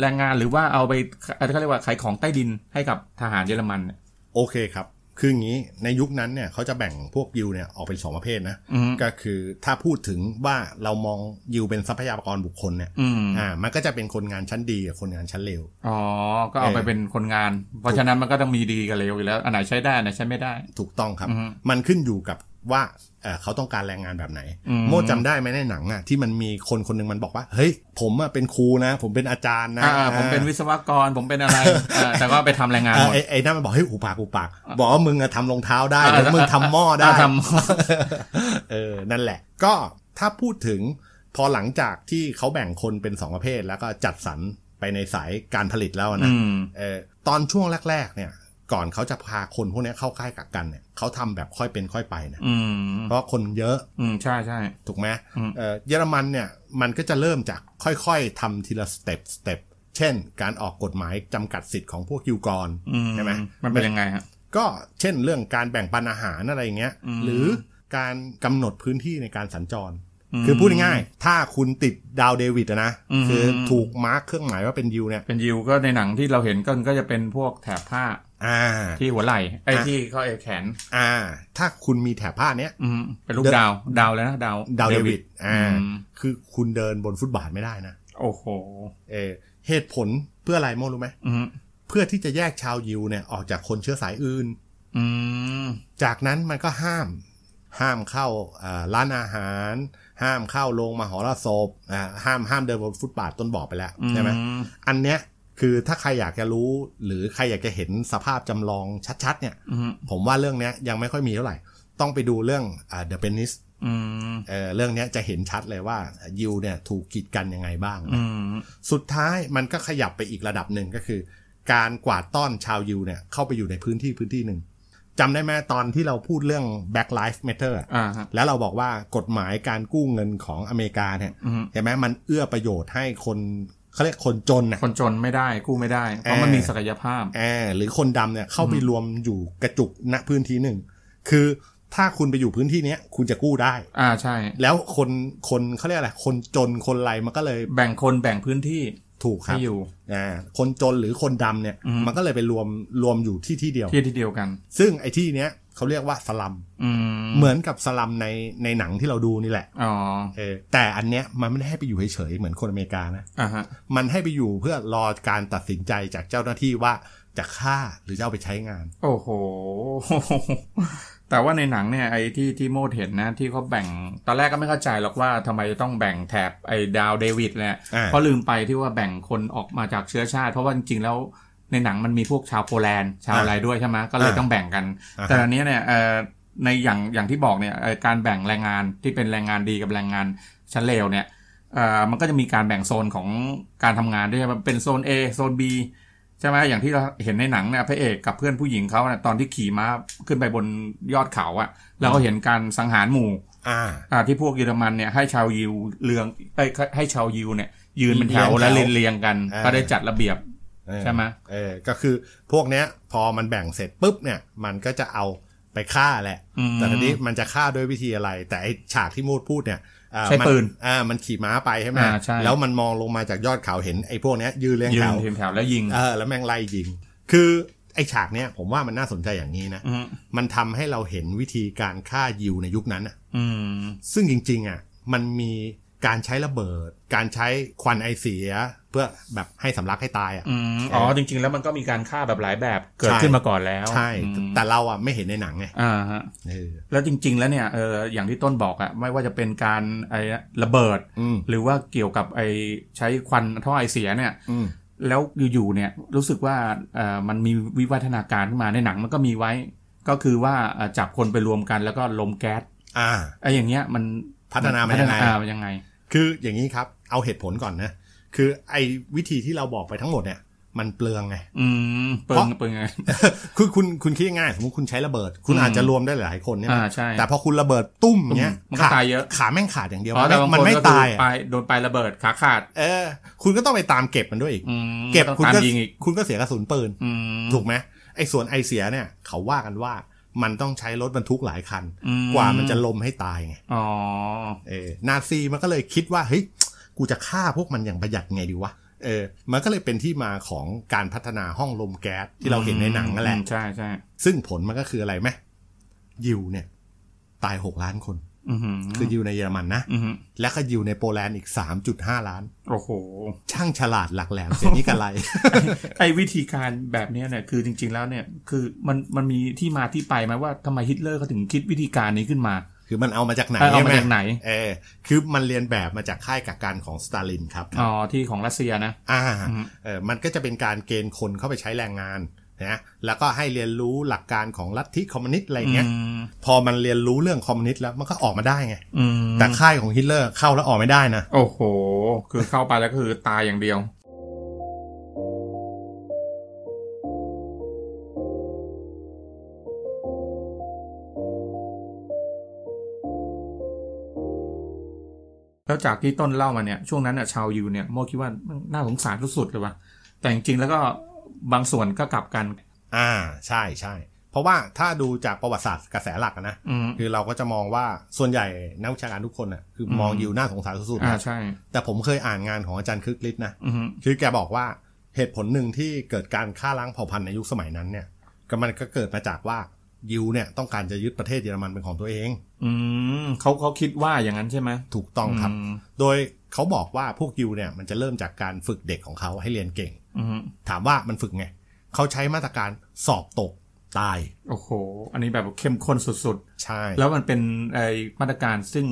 [SPEAKER 2] แรงงานหรือว่าเอาไปอะไรเขาเรียกว่าขายของใต้ดินให้กับทหารเยอรมันเนี่ย
[SPEAKER 1] โอเคครับ คืออย่างนี้ในยุคนั้นเนี่ยเขาจะแบ่งพวกยิวเนี่ยออกเป็นสองประเภทนะ
[SPEAKER 2] อืม
[SPEAKER 1] ก็คือถ้าพูดถึงว่าเรามองยิวเป็นทรัพยากรบุคคลเนี่ย
[SPEAKER 2] อืม
[SPEAKER 1] อ่า มันก็จะเป็นคนงานชั้นดีกับคนงานชั้นเลว
[SPEAKER 2] อ๋อ ก็เอาไป
[SPEAKER 1] เออ
[SPEAKER 2] เป็นคนงาน เพราะฉะนั้นมันก็ต้องมีดีกับเลวอยู่แล้ว อันไหนใช้ได้อันไหนใช้ไม่ได้
[SPEAKER 1] ถูกต้องครับ
[SPEAKER 2] อือฮึ
[SPEAKER 1] มันขึ้นอยู่กับว่าเอ่อเขาต้องการแรงงานแบบไหน
[SPEAKER 2] อืม
[SPEAKER 1] โมดจำได้ไหมในหนังอ่ะที่มันมีคนคนหนึงมันบอกว่า เฮ้ย ผมอ่ะเป็นครูนะ ผมเป็นอาจารย์นะ
[SPEAKER 2] อ่า ผมเป็นวิศวกร ผมเป็นอะไรเออแต่ก็ไปทำแรงงาน
[SPEAKER 1] อ่า
[SPEAKER 2] หมด
[SPEAKER 1] ไอ้ไอ้นั่นมันบอกเฮ้ยอูปากอูปาก บอกว่ามึงอะทำรองเท้าได้หรือมึงทำหม้อได้
[SPEAKER 2] าท
[SPEAKER 1] เออ นั่นแหละ ก็ถ้าพูดถึงพอหลังจากที่เขาแบ่งคนเป็นสองประเภท แล้วก็จัดสรรไปในสายการผลิตแล้ว
[SPEAKER 2] ำ
[SPEAKER 1] นะ
[SPEAKER 2] อืม
[SPEAKER 1] เออตอนช่วงแรก ๆ เนี่ย ก่อนเขาจะพาคนพวกเนี้ยเข้าค่ายกักกันเนี่ยเขาทำแบบค่อยเป็นค่อยไปนะ
[SPEAKER 2] อืม
[SPEAKER 1] เพราะคนเยอะ
[SPEAKER 2] อืม ใช่ใช่
[SPEAKER 1] ถูกไหม
[SPEAKER 2] อืม
[SPEAKER 1] เอ่อเยอรมันเนี่ย มันก็จะเริ่มจากค่อยๆทำทีละสเต็ปสเต็ปเช่น การออกกฎหมายจำกัดสิทธิ์ของพวกยูกร
[SPEAKER 2] อืม
[SPEAKER 1] ใช่ไหม
[SPEAKER 2] มันเป็นยังไงฮะ
[SPEAKER 1] ก็เช่นเรื่องการแบ่งปันอาหารอะไรอย่างเงี้ย
[SPEAKER 2] อืม
[SPEAKER 1] หรือการกำหนดพื้นที่ในการสัญจร
[SPEAKER 2] ม
[SPEAKER 1] คือพูดง่ายๆถ้าคุณติดดาวเดวิดอะนะ
[SPEAKER 2] อืม
[SPEAKER 1] คือถูกมาร์คเครื่องหมายว่าเป็นยูเนี่ย
[SPEAKER 2] เป็นยิวก็ในหนังที่เราเห็นก็ก็จะเป็นพวกแถบผ้า
[SPEAKER 1] อ่า
[SPEAKER 2] ที่หัวไหล่ไอ้
[SPEAKER 1] อ่ะ
[SPEAKER 2] ที่เขาไอ้แขน
[SPEAKER 1] อ่า ถ้าคุณมีแถบผ้าเนี้ย
[SPEAKER 2] อืม เป็นลูก
[SPEAKER 1] เดอะ
[SPEAKER 2] ดาว ดาวเลยนะ ดาว
[SPEAKER 1] ดาวเดวิดอ่า
[SPEAKER 2] อืม
[SPEAKER 1] คือคุณเดินบนฟุตบาทไม่ได้นะ
[SPEAKER 2] โอ้โห
[SPEAKER 1] เออเหตุผลเพื่ออะไรโมรู้ไหม
[SPEAKER 2] อืม
[SPEAKER 1] เพื่อที่จะแยกชาวยิวเนี่ยออกจากคนเชื้อสายอื่น
[SPEAKER 2] อืม
[SPEAKER 1] จากนั้นมันก็ห้าม ห้ามเข้าอ่าร้านอาหาร ห้ามเข้าโรงมหรสพอ่าห้ามห้ามเดินบนฟุตบาทต้นบ่อไปแล้วใช่ไหม
[SPEAKER 2] อื
[SPEAKER 1] อันเนี้ยคือถ้าใครอยากจะรู้หรือใครอยากจะเห็นสภาพจำลองชัดๆ เนี่ย
[SPEAKER 2] อืม
[SPEAKER 1] ผมว่าเรื่องเนี้ยยังไม่ค่อยมีเท่าไหร่ ต้องไปดูเรื่องอ่า The p e n i s
[SPEAKER 2] อืม
[SPEAKER 1] เอ่อเรื่องเนี้ยจะเห็นชัดเลยว่ายิวเนี่ยถูกกีดกันยังไงบ้างนะ
[SPEAKER 2] อืม
[SPEAKER 1] สุดท้ายมันก็ขยับไปอีกระดับหนึ่งก็คือ การกวาดต้อนชาวยิวเนี่ยเข้าไปอยู่ในพื้นที่พื้นที่หนึ่งจำได้ไหมตอนที่เราพูดเรื่อง Black Lives Matter อะ
[SPEAKER 2] อ่าฮะ
[SPEAKER 1] แล้วเราบอกว่ากฎหมายการกู้เงินของอเมริกาเนี่ย
[SPEAKER 2] อืม
[SPEAKER 1] ใช่ไหมมันเอื้อประโยชน์ให้คนเขาเรียกคนจนน่ะ
[SPEAKER 2] คนจนไม่ได้กู้ไม่ได้ เพราะมันมีศักยภาพ
[SPEAKER 1] แอร์หรือคนดำเนี่ยเข้าไปรวมอยู่กระจุกณพื้นที่หนึ่ง คือถ้าคุณไปอยู่พื้นที่เนี้ยคุณจะกู้ได้
[SPEAKER 2] อ่าใช่
[SPEAKER 1] แล้วคนคนเขาเรียกอะไรคนจนคนไรมันก็เลย
[SPEAKER 2] แบ่งคนแบ่งพื้นที่
[SPEAKER 1] ถูกครั
[SPEAKER 2] ให้
[SPEAKER 1] บ
[SPEAKER 2] อยู่
[SPEAKER 1] อ่าคนจนหรือคนดำเนี่ย
[SPEAKER 2] อืม
[SPEAKER 1] มันก็เลยไปรวมรวมอยู่ที่ที่เดียว
[SPEAKER 2] ที่ที่เดียวกัน
[SPEAKER 1] ซึ่งไอ้ที่เนี้ยเขาเรียกว่าสลัม
[SPEAKER 2] อืม
[SPEAKER 1] เหมือนกับสลัมในในหนังที่เราดูนี่แหละ
[SPEAKER 2] อ๋อ
[SPEAKER 1] เออแต่อันเนี้ยมันไม่ได้ให้ไปอยู่เฉยๆเหมือนคนอเมริกานะ
[SPEAKER 2] อ่าฮะ
[SPEAKER 1] มันให้ไปอยู่เพื่อรอการตัดสินใจจากเจ้าหน้าที่ว่าจะฆ่าหรือจะเอาไปใช้งาน
[SPEAKER 2] โอ้โห แต่ว่าในหนังเนี่ยไอ้ที่ที่โมดเห็นนะที่เขาแบ่ง ตอนแรกก็ไม่เข้าใจหรอกว่าทำไมจะต้องแบ่งแถบไอ้ดาวเดวิดเนี่ย
[SPEAKER 1] อ่า
[SPEAKER 2] เพราะลืมไปที่ว่าแบ่งคนออกมาจากเชื้อชาติ เพราะว่าจริงๆแล้วในหนังมันมีพวกชาวโปแลนด์ชาวอะไรด้วยใช่ไหมก็เลยต้องแบ่งกัน
[SPEAKER 1] อ่าฮะ
[SPEAKER 2] แต่อันเนี้ยเนี่ยเอ่อในอย่างอย่างที่บอกเนี่ยเอ่อการแบ่งแรงงานที่เป็นแรงงานดีกับแรงงานชั้นเลวเนี่ยเอ่อมันก็จะมีการแบ่งโซนของการทำงานด้วยใช่ไหมเป็นโซน A โซน B ใช่ไหมอย่างที่เราเห็นในหนังเนี่ยพระเอกกับเพื่อนผู้หญิงเขาน่ะตอนที่ขี่ม้าขึ้นไปบนยอดเขาอะแล้วก็เห็นการสังหารหมู่
[SPEAKER 1] อ่า
[SPEAKER 2] อ่าที่พวกเยอรมันเนี่ยให้ชาวยิวเรืองเอ้ยให้ชาวยิวเนี่ยยืนเป็นแถว
[SPEAKER 1] เรียงแถว
[SPEAKER 2] และเรียงเรียงกัน
[SPEAKER 1] อ่า
[SPEAKER 2] ก็ได้จัดระเบียบ
[SPEAKER 1] เออ
[SPEAKER 2] ใช่ไหม
[SPEAKER 1] เออก็คือพวกเนี้ยพอมันแบ่งเสร็จปุ๊บเนี่ย มันก็จะเอาไปฆ่าแหละ
[SPEAKER 2] อืม
[SPEAKER 1] แต่ทีนี้มันจะฆ่าด้วยวิธีอะไร แต่ไอฉากที่มูดพูดเนี่ยอ่า
[SPEAKER 2] ใช้
[SPEAKER 1] มั
[SPEAKER 2] ปืน
[SPEAKER 1] อ่ามันขี่ม้าไปใช่ไหม
[SPEAKER 2] อ่าใช่
[SPEAKER 1] แล้วมันมองลงมาจากยอดเขาเห็นไอพวกเนี้ยยืนเรียง
[SPEAKER 2] ยื
[SPEAKER 1] แถ
[SPEAKER 2] น
[SPEAKER 1] ว
[SPEAKER 2] เรียงแถวแล้วยิง
[SPEAKER 1] เออแล้วแม่งไล่ยิง คือไอฉากเนี้ยผมว่ามันน่าสนใจอย่างนี้นะ
[SPEAKER 2] อืม
[SPEAKER 1] มันทำให้เราเห็นวิธีการฆ่ายิวในยุคนั้นอะ
[SPEAKER 2] อืม
[SPEAKER 1] ซึ่งจริงๆอ่ะมันมีการใช้ระเบิด การใช้ควันไอเสีย เพื่อแบบให้สำลักให้ตายอ่ะ
[SPEAKER 2] อืมอ๋อ จริง ๆ แล้วมันก็มีการฆ่าแบบหลายแบบเกิด
[SPEAKER 1] ใช่
[SPEAKER 2] ขึ้นมาก่อนแล้ว
[SPEAKER 1] ใช่
[SPEAKER 2] อืม
[SPEAKER 1] แต่เราอ่ะไม่เห็นในหนังไง
[SPEAKER 2] อ่าฮะ
[SPEAKER 1] เออ
[SPEAKER 2] แล้วจริง ๆ แล้วเนี่ยเอออย่างที่ต้นบอกอะไม่ว่าจะเป็นการไอ้ระเบิด
[SPEAKER 1] อืม
[SPEAKER 2] หรือว่าเกี่ยวกับไอ้ใช้ควันท่อไอเสียเนี่ย
[SPEAKER 1] อืม
[SPEAKER 2] แล้วอยู่ๆเนี่ยรู้สึกว่าเอ่อมันมีวิวัฒนาการขึ้นมาในหนังมันก็มีไว้ ก็คือว่าเอ่อจับคนไปรวมกันแล้วก็ลมแก๊ส
[SPEAKER 1] อ่า
[SPEAKER 2] ไอ้อย่างเงี้ยมัน
[SPEAKER 1] พัฒนามา
[SPEAKER 2] พั
[SPEAKER 1] ยั
[SPEAKER 2] ฒ
[SPEAKER 1] งไง
[SPEAKER 2] นาอ่ามันยังไง
[SPEAKER 1] คืออย่างนี้ครับ เอาเหตุผลก่อนนะ คือไอ้วิธีที่เราบอกไปทั้งหมดเนี่ย มันเปลืองไง
[SPEAKER 2] อืมเปิ
[SPEAKER 1] เพ
[SPEAKER 2] ง
[SPEAKER 1] ราะ
[SPEAKER 2] เปิงไง
[SPEAKER 1] คือคุณคุณคิดง่ายๆสมมติคุณใช้ระเบิด คุณ
[SPEAKER 2] อืม
[SPEAKER 1] อาจจะรวมได้หลายคนเนี่ย
[SPEAKER 2] อ่าใช่
[SPEAKER 1] แต่พอคุณระเบิดตุ้มเนี้ย
[SPEAKER 2] มันก็
[SPEAKER 1] ขา
[SPEAKER 2] ตายเยอะ
[SPEAKER 1] ขาแม่งขาดอย่างเดียว
[SPEAKER 2] อ๋อแต่บาง
[SPEAKER 1] มัน
[SPEAKER 2] คน
[SPEAKER 1] ไม่
[SPEAKER 2] ก็คือ
[SPEAKER 1] ตาย
[SPEAKER 2] ไป
[SPEAKER 1] อ่ะ
[SPEAKER 2] โดนไประเบิดขาขาด
[SPEAKER 1] เออ คุณก็ต้องไปตามเก็บมันด้วยอีก
[SPEAKER 2] อืม
[SPEAKER 1] เก็บ
[SPEAKER 2] ต้อง
[SPEAKER 1] คุณ
[SPEAKER 2] ตาม
[SPEAKER 1] ก็
[SPEAKER 2] ยิงอีก
[SPEAKER 1] คุณก็เสียกระสุนปืน
[SPEAKER 2] อืม
[SPEAKER 1] ถูกไหมไอ้ส่วนไอเสียเนี่ยเขาว่ากันว่ามันต้องใช้รถบรรทุกหลายคัน
[SPEAKER 2] อื
[SPEAKER 1] กว่ามันจะลมให้ตายไง
[SPEAKER 2] อ๋อ
[SPEAKER 1] เออนาซีมันก็เลยคิดว่าเฮ้ยกูจะฆ่าพวกมันอย่างประหยัดไงดีวะเออมันก็เลยเป็นที่มาของการพัฒนาห้องลมแก๊สที่เราเห็นในหนังนั่นแหละ
[SPEAKER 2] อืมใช่ใช่
[SPEAKER 1] ซึ่งผลมันก็คืออะไรไหมยิวเนี่ย ตายหกล้านคน
[SPEAKER 2] อือหื
[SPEAKER 1] คือยิวในเยอรมันนะ
[SPEAKER 2] อือหือ
[SPEAKER 1] และก็ยิวในโปแลนด์อีก 3.5 ล้าน
[SPEAKER 2] โอ้โห
[SPEAKER 1] ช่างฉลาดหลักแหล มเสียนี่กันไร
[SPEAKER 2] ไอ้วิธีการแบบเนี้ยเนี่ยคือจริง ๆ แล้วเนี่ย คือมันมันมีที่มาที่ไปไหมว่าทำไมฮิตเลอร์เขาถึงคิดวิธีการนี้ขึ้นมา
[SPEAKER 1] คือมันเอามาจากไหน
[SPEAKER 2] เอามา
[SPEAKER 1] ใช่
[SPEAKER 2] จา
[SPEAKER 1] ไห
[SPEAKER 2] ก
[SPEAKER 1] ม
[SPEAKER 2] ไหน
[SPEAKER 1] เออคือมันเรียนแบบมาจากค่ายกักกันของสตาลินครับ
[SPEAKER 2] อ๋อที่ของรัสเซียนะ
[SPEAKER 1] อ่า
[SPEAKER 2] อืม
[SPEAKER 1] เออมันก็จะเป็นการเกณฑ์คนเข้าไปใช้แรงงานนะแล้วก็ให้เรียนรู้หลักการของลัทธิคอมมิวนิสต์อะไรเงี้ย
[SPEAKER 2] อืม
[SPEAKER 1] พอมันเรียนรู้เรื่องคอมมิวนิสต์แล้วมันก็ออกมาได้ไง
[SPEAKER 2] อืม
[SPEAKER 1] แต่ค่ายของฮิตเลอร์เข้าแล้วออกไม่ได้นะ
[SPEAKER 2] โอ้โห คือเข้าไปแล้วก็คือตายอย่างเดียว แล้วจากที่ต้นเล่ามาเนี่ยช่วงนั้นน่ะชาวยูเนี่ยโมคิดว่ามันน่าสงสารสุดๆเลยว่ะแต่จริงๆแล้วก็บางส่วนก็กลับกัน
[SPEAKER 1] อ่าใช่ใช่เพราะว่าถ้าดูจากประวัติศาสตร์กระแสหลักอะนะ
[SPEAKER 2] อืม
[SPEAKER 1] คือเราก็จะมองว่าส่วนใหญ่นักวิชาการทุกคนอ่ะคือมองยิวน่าสงสารสุดๆ
[SPEAKER 2] อ่า
[SPEAKER 1] นะ
[SPEAKER 2] ใช่
[SPEAKER 1] แต่ผมเคยอ่านงานของอาจารย์คึกฤทธิ์นะ
[SPEAKER 2] อืม
[SPEAKER 1] คือแกบอกว่าเหตุผลหนึ่งที่เกิดการฆ่าล้างเผ่าพันธุ์ในยุคสมัยนั้นเนี่ย ก็มันก็เกิดมาจากว่ายิวเนี่ยต้องการจะยึดประเทศเยอรมันเป็นของตัวเอง
[SPEAKER 2] อืมเขาเขาคิดว่าอย่างนั้นใช่ไหม
[SPEAKER 1] ถูกต้องครับ
[SPEAKER 2] ม
[SPEAKER 1] โดยเขาบอกว่าพวกยิวเนี่ยมันจะเริ่มจากการฝึกเด็กของเขาให้เรียนเก่ง
[SPEAKER 2] อืม
[SPEAKER 1] ถามว่ามันฝึกไงเขาใช้มาตรการสอบตก ตาย
[SPEAKER 2] โอ้โห อันนี้แบบเข้มข้นสุด
[SPEAKER 1] ใช่
[SPEAKER 2] ๆ แล้วมันเป็นไอมาตรการซึ่ง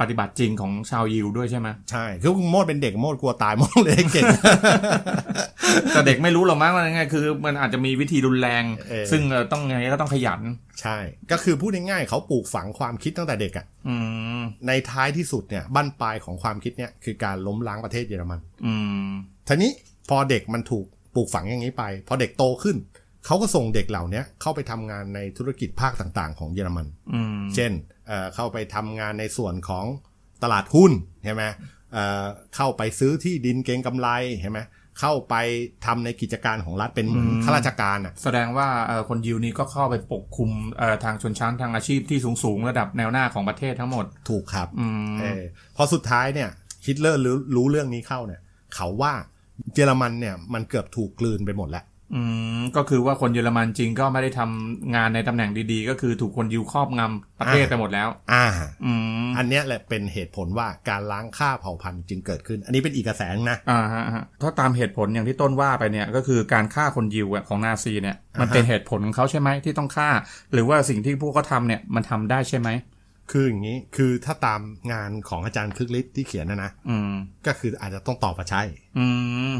[SPEAKER 2] ปฏิบัติจริงของชาวยิวด้วย ใช่ไหม
[SPEAKER 1] ใช่คือโมดเป็นเด็กโมดกลัวตายโมดเลยเก่ง
[SPEAKER 2] แต่เด็กไม่รู้หรอกมั้งว่ายังไงคือ มันอาจจะมีวิธีรุนแรง
[SPEAKER 1] เออ
[SPEAKER 2] ซึ่งเอ่อต้องยังไงก็ต้องขยัน
[SPEAKER 1] ใช่ ก็คือพูดง่ายๆเขาปลูกฝังความคิดตั้งแต่เด็กอะ
[SPEAKER 2] อืม
[SPEAKER 1] ในท้ายที่สุดเนี่ยบั้นปลายของความคิดเนี่ยคือการล้มล้างประเทศเยอรมัน
[SPEAKER 2] อืม
[SPEAKER 1] ทีนี้พอเด็กมันถูกปลูกฝังอย่างนี้ไป พอเด็กโตขึ้น เขาก็ส่งเด็กเหล่าเนี้ยเข้าไปทำงานในธุรกิจภาคต่างๆ ของเยอรมัน
[SPEAKER 2] อืม
[SPEAKER 1] เช่นเอ่อเข้าไปทำงานในส่วนของตลาดหุ้นใช่ไหมเอ่อเข้าไปซื้อที่ดินเก็งกำไรใช่ไหมเข้าไปทำในกิจการของรัฐเป็นเหมือนข้าราชการอ่ะ
[SPEAKER 2] แสดงว่าเอ่อคนยิวนี้ก็เข้าไปปกคลุมเอ่อทางชนชั้นทางอาชีพที่สูงๆ ระดับแนวหน้าของประเทศทั้งหมด
[SPEAKER 1] ถูกครับ
[SPEAKER 2] อืม
[SPEAKER 1] เออพอสุดท้ายเนี่ยฮิตเลอร์รู้รู้เรื่องนี้เข้าเนี่ย เขาว่าเยอรมันเนี่ยมันเกือบถูกกลืนไปหมดแล้ว
[SPEAKER 2] อืมก็คือว่าคนเยอรมันจริงก็ไม่ได้ทำงานในตำแหน่งดีๆ ก็คือถูกคนยิวครอบงำประเทศไปหมดแล้ว
[SPEAKER 1] อ่า
[SPEAKER 2] อืม
[SPEAKER 1] อันเนี้ยแหละเป็นเหตุผลว่าการล้างค่าเผ่าพันธุ์จึงเกิดขึ้น อันนี้เป็นอีกกระแสหนึ่งนะ
[SPEAKER 2] อ่าฮะฮะถ้าตามเหตุผลอย่างที่ต้นว่าไปเนี่ย ก็คือการฆ่าคนยิวอะของนาซีเนี่ย มัน
[SPEAKER 1] อ่าฮะ
[SPEAKER 2] เป็นเหตุผลของเขาใช่ไหมที่ต้องฆ่า หรือว่าสิ่งที่พวกเขาทำเนี่ยมันทำได้ใช่ไหม
[SPEAKER 1] คืออย่างนี้ คือถ้าตามงานของอาจารย์คึกฤทธิ์ที่เขียนนะนะ
[SPEAKER 2] อืม
[SPEAKER 1] ก็คืออาจจะต้องตอบว่าใช่
[SPEAKER 2] อืม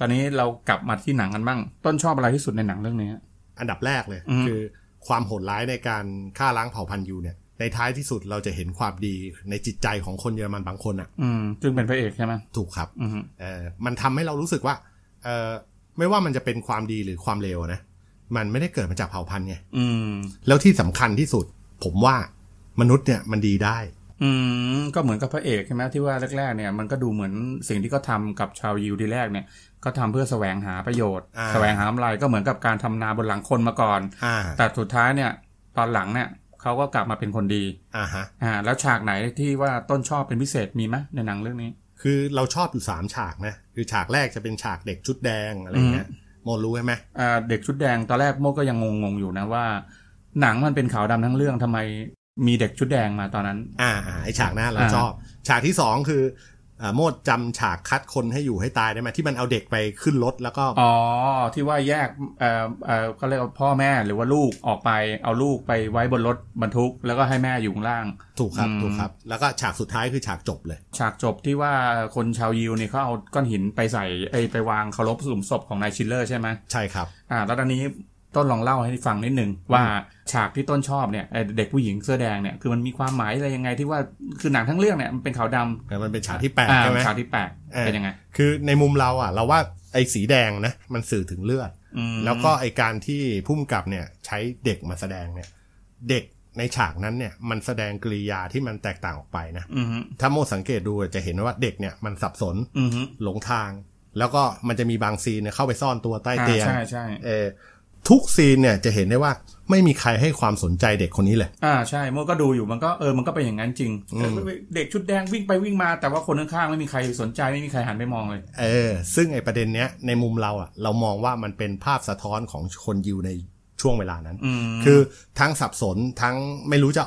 [SPEAKER 2] ตอนนี้เรากลับมาที่หนังกันบ้าง ต้นชอบอะไรที่สุดในหนังเรื่องนี้
[SPEAKER 1] อันดับแรกเลย
[SPEAKER 2] อืม
[SPEAKER 1] คือความโหดร้ายในการฆ่าล้างเผ่าพันธุ์ยูเนี่ย ในท้ายที่สุดเราจะเห็นความดีในจิตใจของคนเยอรมันบางคนอ่ะ
[SPEAKER 2] อืมซึ่งเป็นพระเอกใช่ไหม
[SPEAKER 1] ถูกครับ
[SPEAKER 2] อืม
[SPEAKER 1] เอ่อมันทำให้เรารู้สึกว่าเอ่อไม่ว่ามันจะเป็นความดีหรือความเลวนะ มันไม่ได้เกิดมาจากเผ่าพันธุ์ไง
[SPEAKER 2] อืม
[SPEAKER 1] แล้วที่สำคัญที่สุด ผมว่ามนุษย์เนี่ยมันดีได้
[SPEAKER 2] อืมก็เหมือนกับพระเอกใช่ไหมที่ว่าแรกๆเนี่ยมันก็ดูเหมือนสิ่งที่เขาทำกับชาวยิวทีแรกเนี่ยก็ทำเพื่อแสวงหาประโยชน์
[SPEAKER 1] อ่า
[SPEAKER 2] แสวงหากำไรก็เหมือนกับการทำนาบนหลังคนมาก่อน
[SPEAKER 1] อ่า
[SPEAKER 2] แต่สุดท้ายเนี่ยตอนหลังเนี่ยเขาก็กลับมาเป็นคนดี
[SPEAKER 1] อ่าฮะ
[SPEAKER 2] อ่าแล้วฉากไหนที่ว่าต้นชอบเป็นพิเศษมีไหมในหนังเรื่องนี้
[SPEAKER 1] คือเราชอบอยู่สามฉากนะ คือฉากแรกจะเป็นฉากเด็กชุดแดงอะไรเงี้ยโมรู้ใช่ไหม
[SPEAKER 2] อ่าเด็กชุดแดงตอนแรกโมก็ยังงงๆอยู่นะว่า หนังมันเป็นขาวดำทั้งเรื่องทำไมมีเด็กชุดแดงมาตอนนั้น
[SPEAKER 1] อ่าอ่าไอฉากหน้าเรา
[SPEAKER 2] อ่า
[SPEAKER 1] ชอบ ฉากที่สองคืออ่าโมดจำฉากคัดคนให้อยู่ให้ตายได้ไหมที่มันเอาเด็กไปขึ้นรถแล้วก็
[SPEAKER 2] อ๋อ ที่ว่าแยกเอ่อเอ่อก็เรียกว่าพ่อแม่หรือว่าลูกออกไปเอาลูกไปไว้บนรถบรรทุก แล้วก็ให้แม่อยู่ข้างล่าง
[SPEAKER 1] ถูกครับ
[SPEAKER 2] อืม
[SPEAKER 1] ถูกครับ แล้วก็ฉากสุดท้ายคือฉากจบเลย
[SPEAKER 2] ฉากจบที่ว่าคนชาวยิวเนี่ยเขาเอาก้อนหินไปใส่ไอยไปวางเคารพหลุมศพของนายชิลเลอร์ใช่ไหม
[SPEAKER 1] ใช่ครับ
[SPEAKER 2] อ่าแล้วตอนนี้ต้นลองเล่าให้ฟังนิดหนึ่งว่าฉากที่ต้นชอบเนี่ยไอ้เด็กผู้หญิงเสื้อแดงเนี่ยคือมันมีความหมายอะไรยังไงที่ว่าคือหนังทั้งเรื่องเนี่ยมันเป็นขาวดำ
[SPEAKER 1] มันเป็นฉากที่แปด
[SPEAKER 2] อ่า
[SPEAKER 1] ใช่ไหม
[SPEAKER 2] ฉากที่แปด
[SPEAKER 1] เออ
[SPEAKER 2] เป็นยังไง
[SPEAKER 1] คือในมุมเราอ่ะ เราว่าไอ้สีแดงนะมันสื่อถึงเลือด
[SPEAKER 2] อืม
[SPEAKER 1] แล้วก็ไอการที่พุ่มกับเนี่ยใช้เด็กมาแสดงเนี่ย เด็กในฉากนั้นเนี่ยมันแสดงกริยาที่มันแตกต่างออกไปนะ
[SPEAKER 2] อืม
[SPEAKER 1] ถ้าโมสังเกตดูจะเห็นว่าเด็กเนี่ยมันสับสน
[SPEAKER 2] อืม
[SPEAKER 1] หลงทาง แล้วก็มันจะมีบางซีนเนี่ยเข้าไปซ่อนตัวใต้เตียง
[SPEAKER 2] อ่าใช่ใช่
[SPEAKER 1] เออทุกซีนเนี่ยจะเห็นได้ว่าไม่มีใครให้ความสนใจเด็กคนนี้เลย
[SPEAKER 2] อ่าใช่โมก็ดูอยู่มันก็เออมันก็เป็นอย่างนั้นจริง
[SPEAKER 1] อืม
[SPEAKER 2] เด็กชุดแดงวิ่งไปวิ่งมาแต่ว่าคนข้างๆไม่มีใครสนใจไม่มีใครหันไปมองเลย
[SPEAKER 1] เออซึ่งไอประเด็นเนี้ยในมุมเราอะเรามองว่ามันเป็นภาพสะท้อนของคนยิวในช่วงเวลานั้น
[SPEAKER 2] อืม
[SPEAKER 1] คือทั้งสับสนทั้งไม่รู้จะ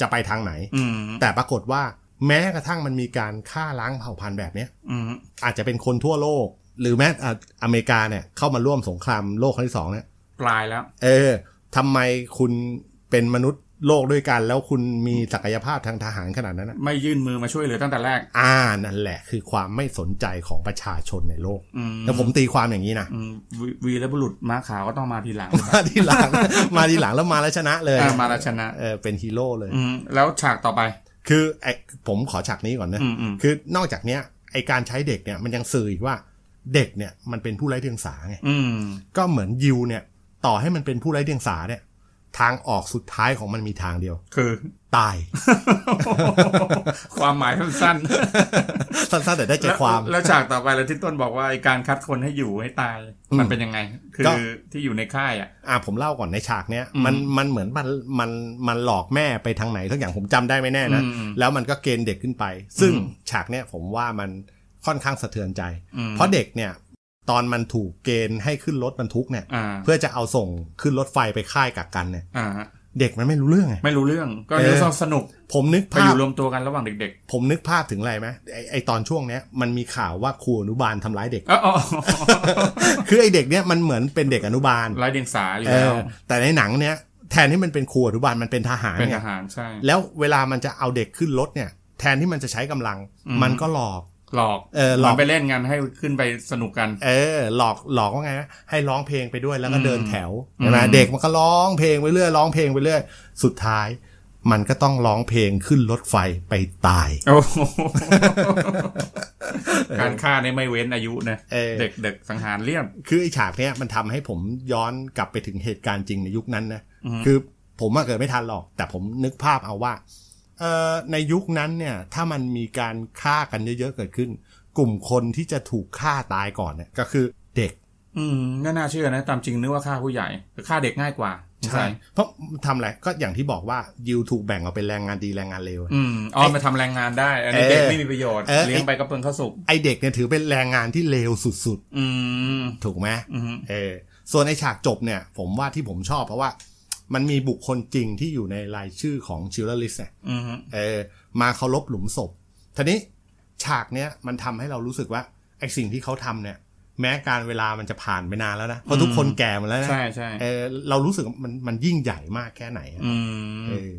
[SPEAKER 1] จะไปทางไหน
[SPEAKER 2] อืม
[SPEAKER 1] แต่ปรากฏว่าแม้กระทั่งมันมีการฆ่าล้างเผ่าพันธุ์แบบเนี้ย
[SPEAKER 2] อืม
[SPEAKER 1] อาจจะเป็นคนทั่วโลก หรือแม้อ่ะอเมริกาเนี่ยเข้ามาร่วมสงครามโลกครั้งที่สองเนี่ย
[SPEAKER 2] ปลายแล้ว
[SPEAKER 1] เออทำไมคุณเป็นมนุษย์โลกด้วยกัน แล้วคุณมีศักยภาพทางทหารขนาดนั้นอะ
[SPEAKER 2] ไม่ยื่นมือมาช่วยเหลือตั้งแต่แรก
[SPEAKER 1] อ่านั่นแหละคือความไม่สนใจของประชาชนในโลก
[SPEAKER 2] อืม
[SPEAKER 1] แล้วผมตีความอย่างนี้นะ
[SPEAKER 2] อืมววีและบุรุษม้าขาวก็ต้องมาทีหลัง
[SPEAKER 1] มาทีหลั ง มาทีหลังแล้วมาแล้วชนะเลย
[SPEAKER 2] อ่ามาราชนะ
[SPEAKER 1] เออเป็นฮีโร่เลย
[SPEAKER 2] อืมแล้วฉากต่อไป
[SPEAKER 1] คือไอผมขอฉากนี้ก่อนนะ
[SPEAKER 2] อืมอืม
[SPEAKER 1] คือนอกจากเนี้ยไอการใช้เด็กเนี่ยมันยังสื่ออีกว่าเด็กเนี่ยมันเป็นผู้ไร้เดียงสาไง
[SPEAKER 2] อืม
[SPEAKER 1] ก็เหมือนยิวเนี่ยต่อให้มันเป็นผู้ไร้เดียงสาเนี่ย ทางออกสุดท้ายของมันมีทางเดียว
[SPEAKER 2] คือ
[SPEAKER 1] ตาย
[SPEAKER 2] ความหมายสั้น
[SPEAKER 1] สั้นๆแต่ได้
[SPEAKER 2] ๆ
[SPEAKER 1] ใจความ
[SPEAKER 2] แล้แล้วฉากต่อไปแล้วที่ต้นบอกว่าไอ้การคัดคนให้อยู่ให้ตาย
[SPEAKER 1] อืม
[SPEAKER 2] มันเป็นยังไง คื
[SPEAKER 1] ก็
[SPEAKER 2] อที่อยู่ในค่ายอ่ะ
[SPEAKER 1] อ่ะผมเล่าก่อนในฉากเนี้ย
[SPEAKER 2] อืม
[SPEAKER 1] มันมันเหมือนมันมันมันหลอกแม่ไปทางไหนทั้งอย่างผมจำได้ไม่แน่นะ
[SPEAKER 2] อืม
[SPEAKER 1] แล้วมันก็เกณฑ์เด็กขึ้นไป ซึ่งฉากเนี้ยผมว่ามันค่อนข้างสะเทือนใจ
[SPEAKER 2] อืม
[SPEAKER 1] เพราะเด็กเนี่ย ตอนมันถูกเกณฑ์ให้ขึ้นรถบรรทุกเนี่ย
[SPEAKER 2] อ่า
[SPEAKER 1] เพื่อจะเอาส่งขึ้นรถไฟไปค่ายกักกันเนี่ย
[SPEAKER 2] อ่าฮะ
[SPEAKER 1] เด็กมันไม่รู้เรื่องไง
[SPEAKER 2] ไม่รู้เรื่องก็
[SPEAKER 1] เออ
[SPEAKER 2] เรื่องสนุก
[SPEAKER 1] ผมนึก
[SPEAKER 2] ไป
[SPEAKER 1] ภา
[SPEAKER 2] อ
[SPEAKER 1] พ
[SPEAKER 2] ยู่รวมตัวกันระหว่างเด็ก
[SPEAKER 1] ผมนึกภาพถึงอะไรไหมไอไอตอนช่วงเนี้ยมันมีข่าวว่าครูอนุบาลทำร้ายเด็ก
[SPEAKER 2] ๆอ๋ออ๋อ
[SPEAKER 1] คือไอเด็กเนี้ยมันเหมือนเป็นเด็กอนุบาล
[SPEAKER 2] ไร้เดียงสาอยู่
[SPEAKER 1] เอ
[SPEAKER 2] แล้ว
[SPEAKER 1] อแต่ในหนังเนี้ยแทนที่มันเป็นครูอนุบาลมันเป็นทหาร
[SPEAKER 2] เป็น
[SPEAKER 1] ไง
[SPEAKER 2] ทหารใช่
[SPEAKER 1] แล้วเวลามันจะเอาเด็กขึ้นรถเนี่ย แทนที่มันจะใช้กำลัง
[SPEAKER 2] อืม
[SPEAKER 1] มันก็หลอก
[SPEAKER 2] หลอก
[SPEAKER 1] เออหลอก
[SPEAKER 2] มันไปเล่นกันให้ขึ้นไปสนุกกัน
[SPEAKER 1] เออหลอกหลอกว่าไงนะให้ร้องเพลงไปด้วยแล้วก็
[SPEAKER 2] อืม
[SPEAKER 1] เดินแถวใช่ไหม
[SPEAKER 2] อืม
[SPEAKER 1] เด็กมันก็ร้องเพลงไปเรื่อยร้องเพลงไปเรื่อยสุดท้าย มันก็ต้องร้องเพลงขึ้นรถไฟไปตาย
[SPEAKER 2] โอ้โหการฆ่าในยไม่เว้นอายุนะ
[SPEAKER 1] เออ
[SPEAKER 2] เด็กเด็กสังหารเลี่ยม
[SPEAKER 1] คือไอ้ฉากเนี้ยมันทำให้ผมย้อนกลับไปถึงเหตุการณ์จริงในยุคนั้นนะคือผมอะเกิดไม่ทันหรอก แต่ผมนึกภาพเอาว่าเออในยุคนั้นเนี่ย ถ้ามันมีการฆ่ากันเยอะๆเกิดขึ้น กลุ่มคนที่จะถูกฆ่าตายก่อนเนี่ยก็คือเด็ก
[SPEAKER 2] อืมก็น่าเชื่อนะ ตามจริงนึกว่าฆ่าผู้ใหญ่แต่ฆ่าเด็กง่ายกว่า
[SPEAKER 1] ใช่ เพราะทำอะไรก็อย่างที่บอกว่ายิวถูกแบ่งออกเป็นแรงงานดีแรงงานเลวอะ
[SPEAKER 2] อืมอ๋อมาทำแรงงานได้ อันนี้
[SPEAKER 1] เออ
[SPEAKER 2] เด็กไม่มีประโยชน์
[SPEAKER 1] เออ
[SPEAKER 2] เลี้ยงไปก็เปลืองข้าวสุก
[SPEAKER 1] ไอเด็กเนี่ยถือเป็นแรงงานที่เลวสุด
[SPEAKER 2] อืม
[SPEAKER 1] ๆ ถูกไหม
[SPEAKER 2] อืม
[SPEAKER 1] เออส่วนไอฉากจบเนี่ย ผมว่าที่ผมชอบเพราะว่า มันมีบุคคลจริงที่อยู่ในรายชื่อของชิลเลอร์ลิสเนี่ย
[SPEAKER 2] อืม
[SPEAKER 1] เออมาเคารพหลุมศพทีนี้ฉากเนี้ยมันทำให้เรารู้สึกว่าไอสิ่งที่เขาทำเนี่ย แม้การเวลามันจะผ่านไปนานแล้วนะเพราะทุกคนแก่หมาแล้วนะ
[SPEAKER 2] ใช่ใช่
[SPEAKER 1] เออเรารู้สึกว่ามันมันยิ่งใหญ่มากแค่ไหนอะ
[SPEAKER 2] อืม
[SPEAKER 1] เออ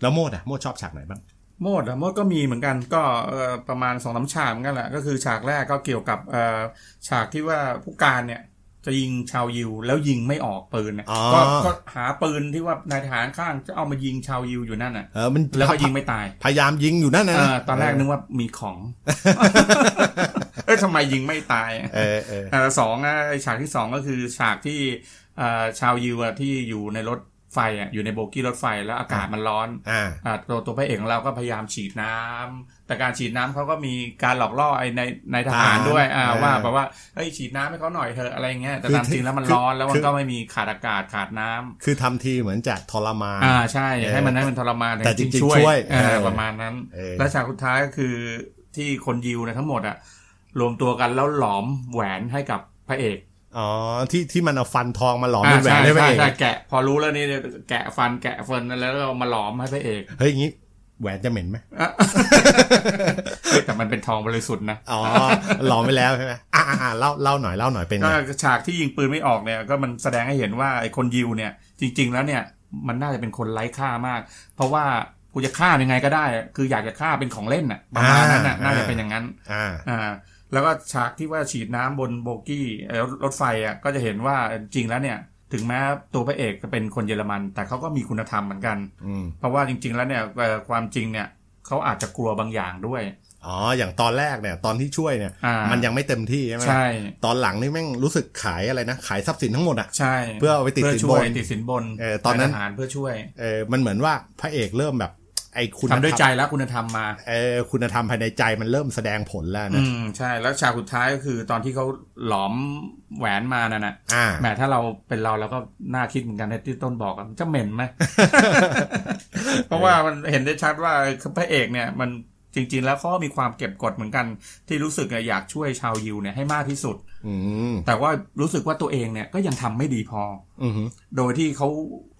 [SPEAKER 1] แล้วโมดอะโมดชอบฉากไหนบ้าง
[SPEAKER 2] โมดอะโมดก็มีเหมือนกันก็เอ่อประมาณสองสามฉากเหมือนกันแหละก็คือฉากแรกก็เกี่ยวกับเอ่อฉากที่ว่าผู้การเนี่ย จะยิงชาวยิวแล้วยิงไม่ออกปืนนะ
[SPEAKER 1] อ๋อ
[SPEAKER 2] ก็ก็หาปืนที่ว่านายทหารข้างจะเอามายิงชาวยิวอยู่นั่นน่ะ
[SPEAKER 1] เออมัน
[SPEAKER 2] แล้วก็ยิงไม่ตาย
[SPEAKER 1] พยายามยิงอยู่นั่นนะ
[SPEAKER 2] เออตอนแรกนึกว่ามีของ เอ้ยทำไมยิงไม่ตาย
[SPEAKER 1] เออเออ
[SPEAKER 2] เอ่อสองอ่ะไอ้ฉากที่สองก็คือฉากที่เอ่อชาวยิวอะที่อยู่ในรถไฟอะอยู่ในโบกี้รถไฟแล้วอากาศมันร้อน
[SPEAKER 1] อ่า
[SPEAKER 2] อ่าตัวตัวพระเอกของเราก็พยายามฉีดน้ำแต่การฉีดน้ำเขาก็มีการหลอกล่อไอ้ในในท
[SPEAKER 1] ท
[SPEAKER 2] หาร
[SPEAKER 1] หาร
[SPEAKER 2] ด้วยอ่า
[SPEAKER 1] เออ
[SPEAKER 2] ว่าแบบว่าเอ้ยฉีดน้ำให้เขาหน่อยเถอะอะไรอย่างเงี้ยแต่
[SPEAKER 1] คือ
[SPEAKER 2] ตามจริงแล้วมัน
[SPEAKER 1] คือ
[SPEAKER 2] ร้อนแล้วมั
[SPEAKER 1] คื
[SPEAKER 2] น
[SPEAKER 1] อ
[SPEAKER 2] ก็ไม่มีขาดอากาศขาดน้ำ
[SPEAKER 1] คือทำทีเหมือนจะทรมาน
[SPEAKER 2] อ่าใช่
[SPEAKER 1] เออ
[SPEAKER 2] ให้มันให้มันทรมาน
[SPEAKER 1] แต่จริงๆช่วย
[SPEAKER 2] อ่า
[SPEAKER 1] เออ
[SPEAKER 2] ประมาณนั้น
[SPEAKER 1] เออ
[SPEAKER 2] แล้วฉากสุดท้ายก็คือที่คนยิวเนยทั้งหมดอ่ะรวมตัวกันแล้วหลอมแหวนให้กับพระเอก
[SPEAKER 1] อ๋อ ที่ที่มันเอาฟันทองมาหลอม
[SPEAKER 2] อ่า
[SPEAKER 1] เป็นแหวน
[SPEAKER 2] ใช่
[SPEAKER 1] ได้ไหม
[SPEAKER 2] ใช่
[SPEAKER 1] เอง
[SPEAKER 2] ใช่แกะ พอรู้แล้วนี่แกะฟันแกะเฟิร์นแล้วเรามาหลอมให้พระเอก
[SPEAKER 1] เฮ้ยอย่างงี้แหวนจะเหม็น ไหม
[SPEAKER 2] อ่ะ เฮ้ยแต่มันเป็นทองบริสุทธิ์นะ
[SPEAKER 1] อ๋อ หลอมไปแล้วใช่ไหมอ่าอ่าเล่าเล่าหน่อยเล่าหน่อยเป็นไง
[SPEAKER 2] ก็ฉากที่ยิงปืนไม่ออกเนี่ยก็มันแสดงให้เห็นว่าไอ้คนยิวเนี่ย จริง ๆ แล้วเนี่ยมันน่าจะเป็นคนไร้ค่ามาก เพราะว่ากูจะฆ่ายังไงก็ได้อะคืออยากจะฆ่าเป็นของเล่นน่ะประมาณนั้นน่ะ
[SPEAKER 1] อ่า
[SPEAKER 2] น่าจะเป็นอย่างนั้น
[SPEAKER 1] อ่า
[SPEAKER 2] อ่าแล้วก็ฉากที่ว่าฉีดน้ำบนโบกี้เอ่อรถไฟอ่ะก็จะเห็นว่าจริงแล้วเนี่ย ถึงแม้ตัวพระเอกจะเป็นคนเยอรมัน แต่เขาก็มีคุณธรรมเหมือนกัน
[SPEAKER 1] อืม
[SPEAKER 2] เพราะว่าจริง ๆ แล้วเนี่ยเอ่อความจริงเนี่ยเขาอาจจะกลัวบางอย่างด้วย
[SPEAKER 1] อ๋อ อย่างตอนแรกเนี่ย ตอนที่ช่วยเนี่ย
[SPEAKER 2] อ่ามั
[SPEAKER 1] มันยังไม่เต็มที่ใช่ไหม
[SPEAKER 2] ใช่
[SPEAKER 1] ตอนหลังนี่แม่งรู้สึกขายอะไรนะ ขายทรัพย์สินทั้งหมดอ่ะ
[SPEAKER 2] ใช่
[SPEAKER 1] เพื่อเอาไปติดสินบน
[SPEAKER 2] เพื่อช่วยติดสินบน
[SPEAKER 1] เออตอนนั้น
[SPEAKER 2] ทหารเพื่อช่วย
[SPEAKER 1] เออ มันเหมือนว่าพระเอกเริ่มแบบไอ้คุณ
[SPEAKER 2] ทำด้วยใจ
[SPEAKER 1] ธรรม
[SPEAKER 2] แล้วคุณธรรมมา
[SPEAKER 1] เออ คุณธรรมภายในใจมันเริ่มแสดงผลแล้ว
[SPEAKER 2] อื
[SPEAKER 1] นะ
[SPEAKER 2] มใช่ แล้วฉากสุดท้ายก็คือตอนที่เขาหลอมแหวนมานั่นน่ะ
[SPEAKER 1] อ่า
[SPEAKER 2] แหมถ้าเราเป็นเราเราก็น่าคิดเหมือนกันนะที่ต้นบอกอะมันจะเหม็นไหม เพราะว่ามันเห็นได้ชัดว่าพระเอกเนี่ย มันจริง ๆ แล้วเขาก็มีความเก็บกดเหมือนกัน ที่รู้สึกเนี่ยอยากช่วยชาวยิวเนี่ยให้มากที่สุด
[SPEAKER 1] อืม
[SPEAKER 2] แต่ว่ารู้สึกว่าตัวเองเนี่ยก็ยังทำไม่ดีพอ
[SPEAKER 1] อื ม
[SPEAKER 2] โดยที่เขา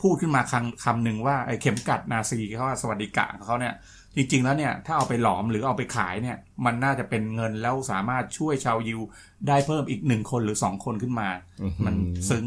[SPEAKER 2] พูดขึ้นมาคำคำหนึ่งว่าไอ้เข็มกัดนาซีเขาว่าสวัสดิกะของเขาเนี่ย จริง ๆ แล้วเนี่ย ถ้าเอาไปหลอมหรือเอาไปขายเนี่ย มันน่าจะเป็นเงินแล้วสามารถช่วยชาวยิวได้เพิ่มอีกหนึ่งคนหรือสองคนขึ้นมา
[SPEAKER 1] อื้อหือ
[SPEAKER 2] มันซึ้ง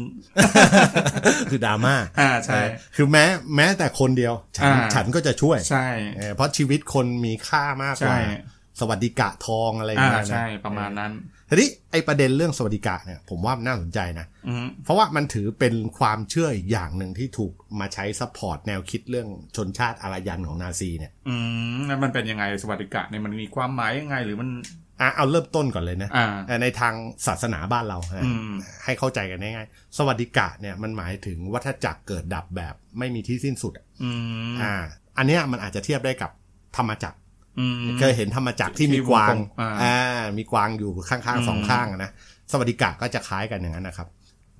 [SPEAKER 1] คือดราม่า
[SPEAKER 2] อ่าใช่
[SPEAKER 1] เออคือแม้แม้แต่คนเดียว ฉัน
[SPEAKER 2] อ่า
[SPEAKER 1] ฉันก็จะช่วย
[SPEAKER 2] ใช่
[SPEAKER 1] เออเพราะชีวิตคนมีค่ามากกว่า
[SPEAKER 2] ใช่
[SPEAKER 1] สวัสดิกะทองอะไรอย่าง
[SPEAKER 2] อ่า
[SPEAKER 1] เงี้ยนะ
[SPEAKER 2] ใช่ประมาณนั้น
[SPEAKER 1] ทีนี้ไอประเด็นเรื่องสวัสดิกะเนี่ยผมว่ามันน่าสนใจนะ
[SPEAKER 2] อืม
[SPEAKER 1] เพราะว่ามันถือเป็นความเชื่ออีกอย่างหนึ่งที่ถูกมาใช้ซัพพอร์ตแนวคิดเรื่องชนชาติอารยันของนาซีเนี่ย
[SPEAKER 2] อืมแล้วมันเป็นยังไงสวัสดิกะเนี่ยมันมีความหมายยังไงหรือมัน
[SPEAKER 1] อ่ะเอาเริ่มต้นก่อนเลยนะ
[SPEAKER 2] อ่า
[SPEAKER 1] เออในทางศาสนาบ้านเรานะ
[SPEAKER 2] อืม
[SPEAKER 1] ให้เข้าใจกันง่ายๆสวัสดิกะเนี่ยมันหมายถึงวัฏจักรเกิดดับแบบไม่มีที่สิ้นสุดอะ
[SPEAKER 2] อืม
[SPEAKER 1] อ่า อันเนี้ยมันอาจจะเทียบได้กับธรรมจักร
[SPEAKER 2] อืม
[SPEAKER 1] เคยเห็นธรรมจักรที่
[SPEAKER 2] ที่
[SPEAKER 1] มีกวาง
[SPEAKER 2] วงกลมอ่า
[SPEAKER 1] อ่ามีกวางอยู่ข้าง
[SPEAKER 2] อืม
[SPEAKER 1] ๆสองข้างอะนะ สวัสดิกะก็จะคล้ายกันอย่างนั้นนะครับ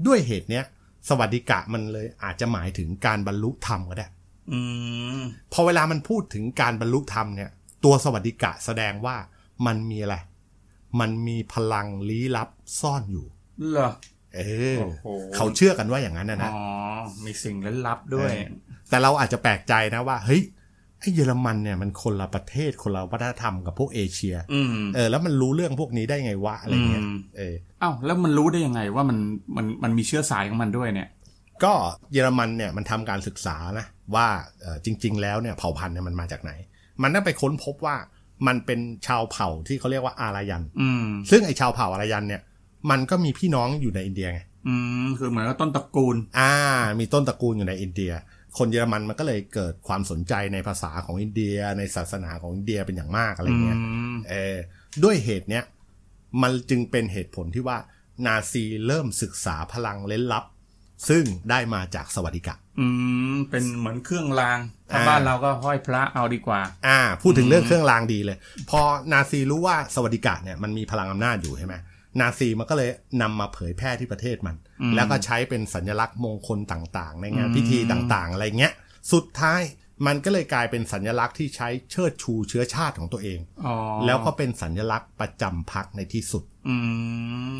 [SPEAKER 1] ด้วยเหตุเนี้ย สวัสดิกะมันเลยอาจจะหมายถึงการบรรลุธรรมก็ได้
[SPEAKER 2] อืม
[SPEAKER 1] พอเวลามันพูดถึงการบรรลุธรรมเนี่ย ตัวสวัสดิกะแสดงว่ามันมีอะไร มันมีพลังลี้ลับซ่อนอยู่
[SPEAKER 2] เหรอ
[SPEAKER 1] เออ
[SPEAKER 2] โอ้โห
[SPEAKER 1] เขาเชื่อกันว่าอย่างนั้นนะนะ
[SPEAKER 2] อ๋อมีสิ่งลึกลับด้วย
[SPEAKER 1] เออแต่ แต่เราอาจจะแปลกใจนะว่าเฮ้ยไอ้เยอรมันเนี่ยมันคนละประเทศคนละวัฒนธรรมกับพวกเอเชีย
[SPEAKER 2] อืม
[SPEAKER 1] เออแล้วมันรู้เรื่องพวกนี้ได้ไงวะอะไรเงี้ย
[SPEAKER 2] อืม
[SPEAKER 1] เออ
[SPEAKER 2] อ้าวแล้วมันรู้ได้ยังไงว่ามันมันมันมีเชื้อสายของมันด้วยเนี่ย
[SPEAKER 1] ก็เยอรมันเนี่ยมันทำการศึกษานะว่าเอ่อจริง ๆ แล้วเนี่ยเผ่าพันธุ์เนี่ยมันมาจากไหน มันต้องไปค้นพบว่ามันเป็นชาวเผ่าที่เขาเรียกว่าอารยัน
[SPEAKER 2] อืม
[SPEAKER 1] ซึ่งไอชาวเผ่าอารยันเนี่ยมันก็มีพี่น้องอยู่ในอินเดียไง
[SPEAKER 2] อืมคือเหมือนกับต้นตระกูล
[SPEAKER 1] อ่า มีต้นตระกูลอยู่ในอินเดีย คนเยอรมันมันก็เลยเกิดความสนใจในภาษาของอินเดีย ในศาสนาของอินเดียเป็นอย่างมากอะไรเงี้ย
[SPEAKER 2] อืม
[SPEAKER 1] เออด้วยเหตุเนี้ยมันจึงเป็นเหตุผลที่ว่านาซีเริ่มศึกษาพลังเล้นลับ ซึ่งได้มาจากสวัสดิกะ
[SPEAKER 2] อืม เป็นเหมือนเครื่องราง ถ้า
[SPEAKER 1] อ่า
[SPEAKER 2] บ้านเราก็ห้อยพระเอาดีกว่า
[SPEAKER 1] อ่าพูดถึงเรื่องเครื่องรางดีเลย พอนาซีรู้ว่าสวัสดิกะเนี่ยมันมีพลังอำนาจอยู่ใช่ไหมนาซีมันก็เลยนำมาเผยแพร่ที่ประเทศมัน แล้วก็ใช้เป็นสัญลักษณ์มงคลต่างๆ ในงานพิธีต่างๆ อะไรเงี้ย สุดท้ายมันก็เลยกลายเป็นสัญลักษณ์ที่ใช้เชิดชูเชื้อชาติของตัวเอง
[SPEAKER 2] อ๋อ
[SPEAKER 1] แล้วก็เป็นสัญลักษณ์ประจำพรรคในที่สุด
[SPEAKER 2] อื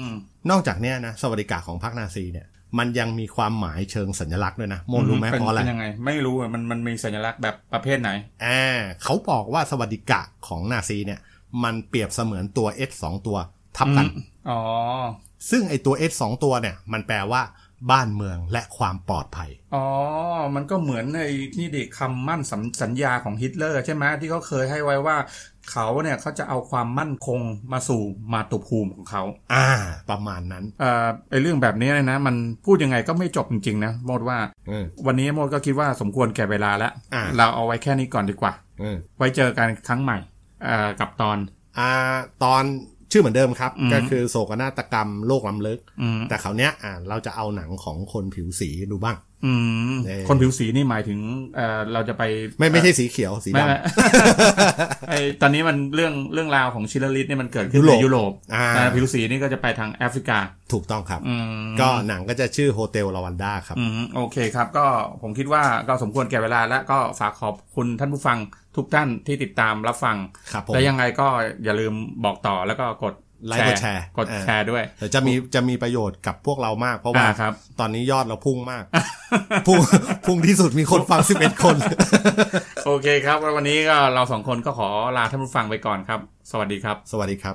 [SPEAKER 2] ม
[SPEAKER 1] นอกจากเนี้ยนะสวัสดิการของพรรคนาซีเนี่ยมันยังมีความหมายเชิงสัญลักษณ์ด้วยนะโมนรู้ไหม
[SPEAKER 2] เป็น
[SPEAKER 1] เพราะอะไร
[SPEAKER 2] เป็นยังไง ไม่รู้อะมันมันมีสัญลักษณ์แบบประเภทไหน
[SPEAKER 1] อ่าเขาบอกว่าสวัสดิการของนาซีเนี่ยมันเปรียบเสมือนตัว S 2ตัวทับกัน
[SPEAKER 2] อ๋อ
[SPEAKER 1] ซึ่งไอตัว S 2ตัวเนี่ยมันแปลว่าบ้านเมืองและความปลอดภัย
[SPEAKER 2] อ๋อ มันก็เหมือนในนี่ดิคำมั่นสัญสัญญาของฮิตเลอร์ใช่ไหมที่เขาเคยให้ไว้ว่า เขาเนี่ยเขาจะเอาความมั่นคงมาสู่มาตุภูมิของเขา
[SPEAKER 1] อ่า ประมาณนั้น
[SPEAKER 2] เอ่อไอเรื่องแบบนี้เนี่ยนะ มันพูดยังไงก็ไม่จบจริงๆนะโมดว่า
[SPEAKER 1] เออ
[SPEAKER 2] วันนี้โมดก็คิดว่าสมควรแก่เวลาแล้ว
[SPEAKER 1] อ่า
[SPEAKER 2] เราเอาไว้แค่นี้ก่อนดีกว่า
[SPEAKER 1] เออ
[SPEAKER 2] ไว้เจอกันครั้งใหม่เอ่อกับตอน
[SPEAKER 1] อ่าตอนชื่อเหมือนเดิมครับ
[SPEAKER 2] อืม
[SPEAKER 1] ก็คือโศกนาฏกรรมโลกล้ำลึก
[SPEAKER 2] อืม
[SPEAKER 1] แต่คราวเนี้ยอ่าเราจะเอาหนังของคนผิวสีดูบ้าง
[SPEAKER 2] อืม
[SPEAKER 1] เอ่อ
[SPEAKER 2] คนผิวสีนี่หมายถึงเอ่อเราจะไป
[SPEAKER 1] ไม่ไม่ใช่สีเขียวสี
[SPEAKER 2] ไม่
[SPEAKER 1] ดำ
[SPEAKER 2] ไม่ไอตอนนี้มันเรื่องเรื่องราวของชิลลาริสเนี่ยมันเกิดขึ้น
[SPEAKER 1] ยุโรป
[SPEAKER 2] ในยุโรป
[SPEAKER 1] อ่า
[SPEAKER 2] แต่ผิวสีนี่ก็จะไปทางแอฟริกา
[SPEAKER 1] ถูกต้องครับ
[SPEAKER 2] อืม
[SPEAKER 1] ก็หนังก็จะชื่อโฮเทลลาวันด้าครับ
[SPEAKER 2] อืมโอเคครับ ก็ผมคิดว่าก็สมควรแก่เวลาแล้วก็ฝากขอบคุณท่านผู้ฟังทุกท่านที่ติดตามรับฟัง
[SPEAKER 1] ครับผม
[SPEAKER 2] และยังไงก็อย่าลืมบอกต่อแล้วก็กด
[SPEAKER 1] ไลค์กดแชร์
[SPEAKER 2] กด
[SPEAKER 1] เออ
[SPEAKER 2] แชร์ด้วย
[SPEAKER 1] เดี๋ยวจะมีจะมีประโยชน์กับพวกเรามาก เพราะว่า
[SPEAKER 2] อ่าครับ
[SPEAKER 1] ตอนนี้ยอดเราพุ่งมาก พุ่งพุ่งที่สุดมีคนฟัง 11 คน
[SPEAKER 2] โอเคครับ วันนี้ก็เราสองคนก็ขอลาท่านผู้ฟังไปก่อนครับ สวัสดีครับ
[SPEAKER 1] สวัสดีครับ